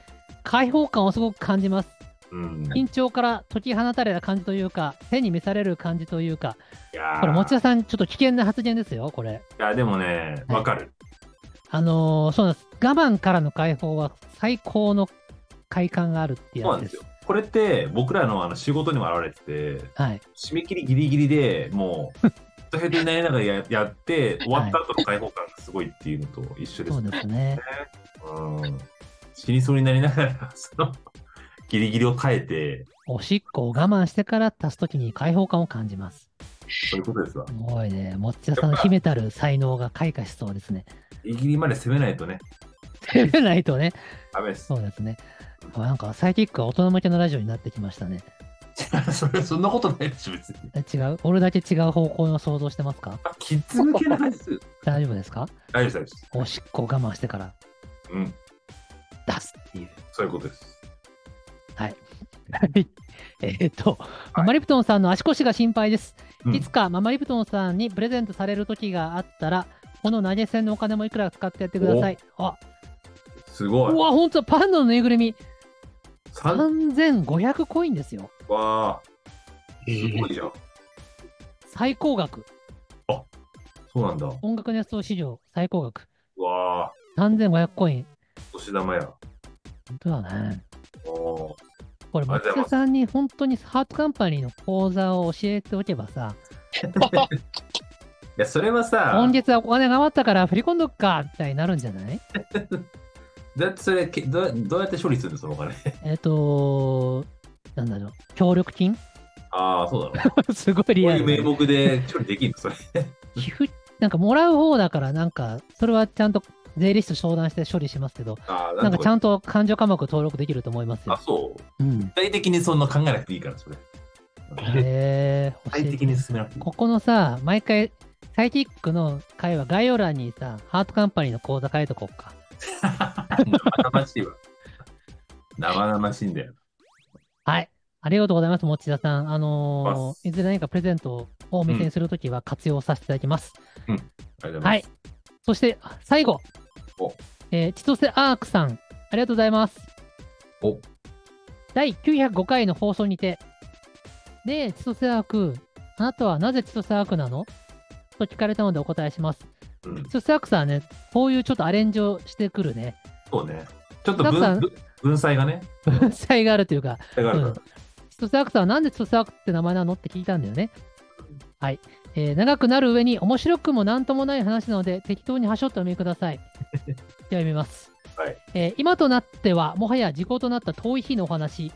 Speaker 1: 開放感をすごく感じます。
Speaker 2: うん。い
Speaker 1: 緊張から解き放たれた感じというか、手に見される感じというか、
Speaker 2: やー
Speaker 1: これ、持田さん、ちょっと危険な発言ですよ、これ。
Speaker 2: いや、でもね、
Speaker 1: はい
Speaker 2: わかる。
Speaker 1: あのーそうなんです。我慢からの解放は最高の快感があるって
Speaker 2: そ
Speaker 1: や
Speaker 2: うな
Speaker 1: つ
Speaker 2: ん
Speaker 1: で。
Speaker 2: ですすよ。これって僕らのあの仕事にも現れてて、
Speaker 1: はい。
Speaker 2: 締め切りギリギリでもう、ヘッドになりながらややって、終わった後の解放感がすごいっていうのと一緒です
Speaker 1: そ
Speaker 2: ね
Speaker 1: うですね。
Speaker 2: うん死にそうになりながら、その、ギリギリを変えて、
Speaker 1: おしっこを我慢してから足すときに解放感を感じます。
Speaker 2: そういうことですわ
Speaker 1: す。ごいね。もっちゃさんの秘めたる才能が開花しそうですね。
Speaker 2: ギリギリまで攻めないとね、
Speaker 1: ないとね。
Speaker 2: ダメです。
Speaker 1: そうですね。あなんかサイキックは大人向けのラジオになってきましたね。
Speaker 2: それそんなことないでしょ、別に。
Speaker 1: え違う俺だけ違う方向の想像してますか
Speaker 2: あ、キッズ向けの話 です。
Speaker 1: 大丈夫ですか
Speaker 2: 大丈夫です、
Speaker 1: おしっこを我慢してから
Speaker 2: 大丈夫です。うん、
Speaker 1: 出すって いう。
Speaker 2: そういうことです。
Speaker 1: はい。えーっと、
Speaker 2: い
Speaker 1: ママリプトンさんの足腰が心配です。
Speaker 2: うん
Speaker 1: いつかママリプトンさんにプレゼントされる時があったら、この投げ銭のお金もいくらか使ってやってください。あ、
Speaker 2: す
Speaker 1: う
Speaker 2: ごい。
Speaker 1: わ、ほんとパンダのぬいぐるみ、
Speaker 2: 3
Speaker 1: 3500コインですよ。
Speaker 2: は、すごいじゃん。
Speaker 1: 最高額。
Speaker 2: そうなんだ。
Speaker 1: 音楽熱唱史上最高額。
Speaker 2: わあ、
Speaker 1: 3500コイン。
Speaker 2: お年玉や。
Speaker 1: 本当だね。
Speaker 2: おー
Speaker 1: これ、
Speaker 2: ありが
Speaker 1: 松
Speaker 2: とうござい
Speaker 1: 田
Speaker 2: ます
Speaker 1: さんに本当にハートカンパニーの講座を教えておけばさ、
Speaker 2: いや、それはさ
Speaker 1: 今、月はお金が余ったから振り込んどくか、みたいになるんじゃない
Speaker 2: だってそれけどう、どうやって処理するの、そのお金。
Speaker 1: えっ、となんだろう、協力金
Speaker 2: ああ、そうだろう。こ
Speaker 1: すごいうリア
Speaker 2: いう
Speaker 1: ル
Speaker 2: 名
Speaker 1: な。
Speaker 2: 目で処理できるの、それ。
Speaker 1: 寄付、なんかもらう方だから、なんか、それはちゃんと税理士と商談して処理しますけど、
Speaker 2: ああ、
Speaker 1: なんかちゃ
Speaker 2: ん
Speaker 1: んと勘定科目登録できると思います
Speaker 2: あ、
Speaker 1: よ。
Speaker 2: そう。
Speaker 1: うん。
Speaker 2: 具体的にそんな考えなくていいから、それ。
Speaker 1: へえ
Speaker 2: 具
Speaker 1: ー、
Speaker 2: 体
Speaker 1: 教え
Speaker 2: 的
Speaker 1: て
Speaker 2: に進めなくていい。
Speaker 1: ここのさ、毎回、サイキックの会は概要欄にさ、ハートカンパニーの講座書いとこうか。
Speaker 2: 生々しいわ。生々しいんだよ。
Speaker 1: はい。ありがとうございます、持田さん。あのー
Speaker 2: あ
Speaker 1: いずれ何かプレゼントをお店にするときは活用させていただきます。
Speaker 2: ありがとうござ
Speaker 1: はいい。そして、最後
Speaker 2: お。
Speaker 1: えー千歳アークさん、ありがとうございます。
Speaker 2: お
Speaker 1: 第905回の放送にて、ねえ、千歳アーク、あなたはなぜ千歳アークなのと聞かれたのでお答えします。
Speaker 2: ます。う
Speaker 1: 千
Speaker 2: ん、
Speaker 1: 歳アークさんはね、こういうちょっとアレンジをしてくるね、
Speaker 2: そうね。ちょっと
Speaker 1: なんか
Speaker 2: 分分文才がね、
Speaker 1: 才があるというか、
Speaker 2: だから、
Speaker 1: うん千歳アークさんはなんで千歳アークって名前なのって聞いたんだよね。はい。えー長くなる上に面白くもなんともない話なので、適当に端折ってお見くだ さい。では読みます。
Speaker 2: はい
Speaker 1: えー今となっては、もはや時効となった遠い日のお話。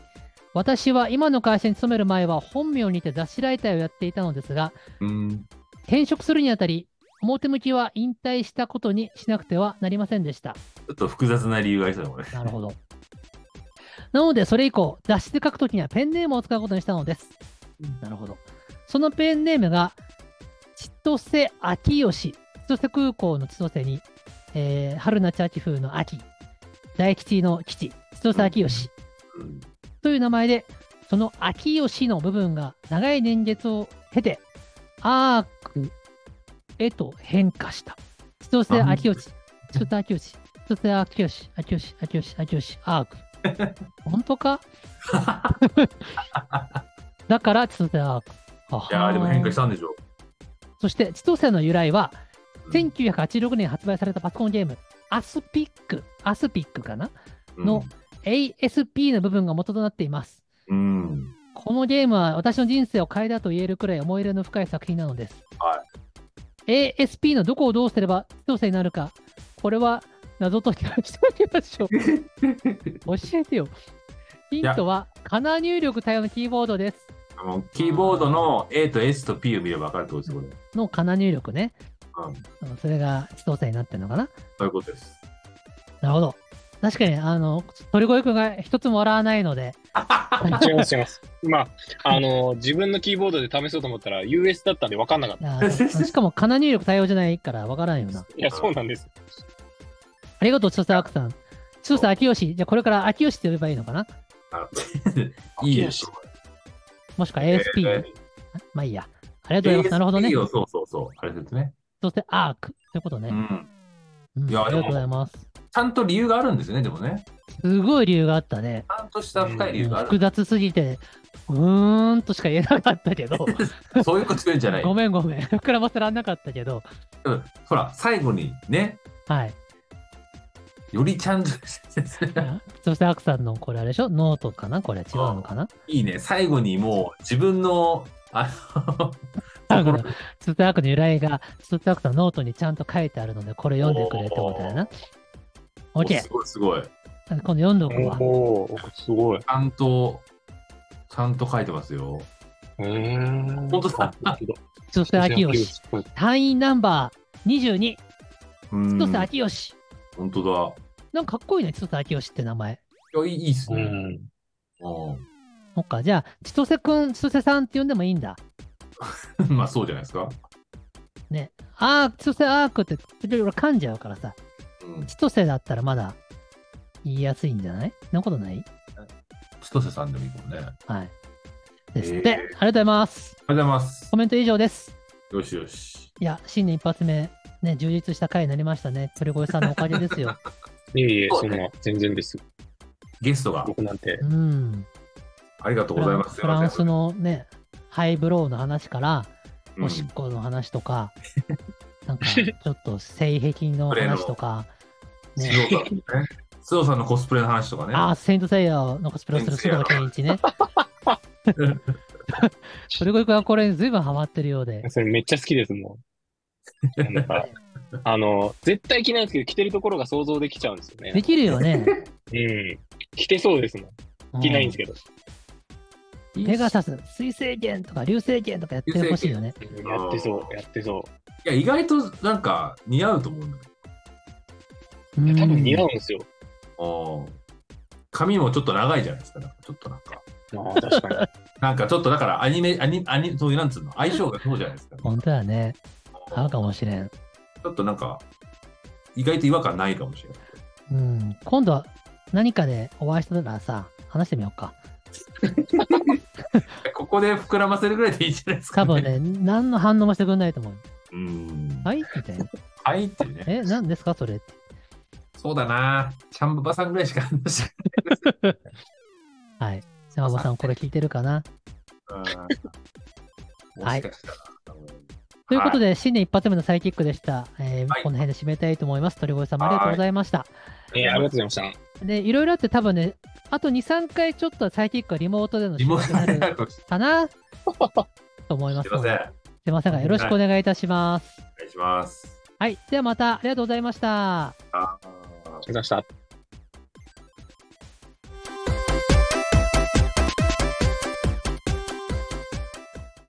Speaker 1: 私は今の会社に勤める前は本名にて雑誌ライターをやっていたのですが、
Speaker 2: うん、
Speaker 1: 転職するにあたり、表向きは引退したことにしなくてはなりませんでした。
Speaker 2: ちょっと複雑な理由がありそうだもんね。
Speaker 1: なるほど。なので、それ以降、雑誌で書くときにはペンネームを使うことにしたのです。なるほど。そのペンネームが、千歳秋吉、千歳空港の千歳に、えー春夏秋風の秋、大吉の吉、千歳秋吉
Speaker 2: うん、
Speaker 1: という名前で、その秋吉の部分が長い年月を経て、アークへと変化した。千歳秋吉、千歳秋吉、千歳秋吉、秋吉、秋吉、秋吉、アー ク。本当かだから千歳アーク。
Speaker 2: いやーでも変化したんでしょ
Speaker 1: そして千歳の由来は、
Speaker 2: う。
Speaker 1: 1986年発売されたパソコンゲーム、アスピック、アスピックかな
Speaker 2: うん
Speaker 1: の、?ASP の部分が元となっています。
Speaker 2: うん、
Speaker 1: このゲームは私の人生を変えたと言えるくらい思い入れの深い作品なのです。
Speaker 2: は
Speaker 1: ASP のどこをどうすれば千歳になるか、これは謎解きをしておきましょう。 教えてよ。ヒントは、カナ入力対応のキーボードです。
Speaker 2: あのキーボードの A と S と P を見れば分かるってことですよ、これ。
Speaker 1: のカナ入力ね。
Speaker 2: うん、
Speaker 1: うんそれが千歳になってるのかな
Speaker 2: そういうことです。
Speaker 1: なるほど。確かに、あの、鳥越くんが一つも笑わないので、
Speaker 3: 違います、違います。まあ、あの、自分のキーボードで試そうと思ったら、US だったんで分かんなかった。
Speaker 1: あ ーしかも、カナ入力対応じゃないからわからんよな。
Speaker 3: いや、そうなんです。
Speaker 1: ありがとう、千歳アクさん。千歳秋吉。じゃあ、これから秋吉って呼べばいいのかな
Speaker 2: いいです。
Speaker 1: もしくは ASP、
Speaker 2: え
Speaker 1: まあいいや。ありがとうございま
Speaker 2: ー
Speaker 1: す。なるほどね。
Speaker 2: ASP をそうそうそう、あれですね。
Speaker 1: そしてアークということね
Speaker 2: う。ん。
Speaker 1: うん
Speaker 2: いや
Speaker 1: ありがとうございます。
Speaker 2: ちゃんと理由があるんですよね、でもね。
Speaker 1: すごい理由があったね。
Speaker 2: ちゃんとした深い理由がある。
Speaker 1: 複雑すぎて、うーんとしか言えなかったけど、
Speaker 2: そういうこと言うんじゃない。
Speaker 1: ごめんごめん。膨らませらんなかったけど、
Speaker 2: うんほら、最後にね、
Speaker 1: はい。
Speaker 2: よりちゃんとして説明
Speaker 1: そしてアクさんのこれあれでしょノートかなこれ違うのかない
Speaker 2: いね。最後にもう自分の、あの、
Speaker 1: 多分ツートアクの由来がツートアクさんのノートにちゃんと書いてあるのでこれ読んでくれってことだな。OK!
Speaker 2: すごいすごい。ち
Speaker 1: 今度読んどくわ。
Speaker 3: おおすごい。
Speaker 2: ゃんと、ちゃんと書いてますよ。
Speaker 3: えー、
Speaker 2: 本当だ
Speaker 1: そして秋吉。。単位ナンバー22。
Speaker 2: うん
Speaker 1: そして秋吉。
Speaker 2: 本当
Speaker 1: なんかかっこいいね、千歳明義って名前。
Speaker 2: だ。いや、いいいいっす
Speaker 3: う
Speaker 2: ね。
Speaker 3: ん。
Speaker 2: うん
Speaker 1: そっか、じゃあ、千歳くん、千歳さんって呼んでもいいんだ。
Speaker 2: まあ、そうじゃないですか。
Speaker 1: ね。あー、千歳アークって、いろいろ噛んじゃうからさ。
Speaker 2: うん。
Speaker 1: 千歳だったらまだ言いやすいんじゃないそんなことない
Speaker 2: 千歳さんでもいいかもね。ありがと
Speaker 1: はい。ですって、
Speaker 2: えー
Speaker 1: ありがとうございます。
Speaker 2: うございます
Speaker 1: コ。メント以上です。
Speaker 2: よしよし。
Speaker 1: いや、新年一発目、ね、充実した回になりましたね。鳥越さんのおかげですよ。
Speaker 3: いえいえ、
Speaker 2: そ
Speaker 3: そう
Speaker 2: ね
Speaker 3: んな、全然です。
Speaker 2: ゲストが、
Speaker 3: 僕なんて
Speaker 1: う。ん。
Speaker 2: ありがとうございます。
Speaker 1: フラン
Speaker 2: す
Speaker 1: ス
Speaker 2: いま
Speaker 1: のね、ハイブローの話から、
Speaker 2: せん
Speaker 1: おしっこの話と か、なんか、ちょっと性癖の話とか、
Speaker 2: うん
Speaker 1: ね、
Speaker 2: 須藤さんのね。須藤さんのコスプレの話とかね。
Speaker 1: ああ、セイントセイヤーのコスプレをする須藤健一 ね。それごいくんはこれに随分ハマってるようで。
Speaker 3: それめっちゃ好きですもん。なんか、あの、絶対着ないんですけど、着てるところが想像できちゃうんですよ
Speaker 1: で
Speaker 3: ね。
Speaker 1: きるよ ね。
Speaker 3: うん。着てそうですもん。着ないんですけど。
Speaker 1: うんペガサス、水星剣とか流星剣とかやってほしいよね。
Speaker 2: ん
Speaker 3: やってそう、やってそ
Speaker 2: いや、意外となんか似合うと思うんだ
Speaker 1: う
Speaker 3: う。
Speaker 1: ん
Speaker 3: 多分似合うんですよ。
Speaker 2: よ。髪もちょっと長いじゃないですか。なんかちょっとなんか。
Speaker 3: ああ、確かに。
Speaker 2: なんかちょっとだからアニメ、アニアニそういうなんつうの、相性がそうじゃないですか、
Speaker 1: 本当だね。合うかもしれん。
Speaker 2: ちょっとなんか、意外と違和感ないかもしれない。
Speaker 1: うん。今度、何かでお会いしたらさ、話してみようか。
Speaker 2: ここで膨らませるぐらいでいいじゃないですか、
Speaker 1: 多分。 ね、何の反応もしてくんないと思う。
Speaker 2: うん。
Speaker 1: はいみたいな。
Speaker 2: はいっていうね。
Speaker 1: え、何ですかそれって。
Speaker 2: そうだな。チャンババさんぐらいしか話して
Speaker 1: はい。じゃあ、馬場さん、これ聞いてるかな
Speaker 2: ない。うん
Speaker 1: はい
Speaker 2: もしかしたら
Speaker 1: ということで、新年一発目のサイキックでした。えー
Speaker 2: はい
Speaker 1: この辺で締めたいと思います。鳥越様、ありがとうございました。
Speaker 3: えーありがとうございました。
Speaker 1: で、いろいろあって、多分ね、あと2、3回ちょっとサイキックはリモートでの
Speaker 2: リ
Speaker 1: 収
Speaker 2: モ
Speaker 1: 録に
Speaker 2: ート
Speaker 1: な
Speaker 2: で
Speaker 1: る
Speaker 2: やるかもし
Speaker 1: かなと思います
Speaker 2: れま
Speaker 1: の
Speaker 2: せん。お
Speaker 1: で、
Speaker 2: 願
Speaker 1: すいませんが、よろしくお願いいたします。
Speaker 2: いします。
Speaker 1: はい。ではまた、ありがとうございました。
Speaker 2: あー
Speaker 3: ありがとうございました。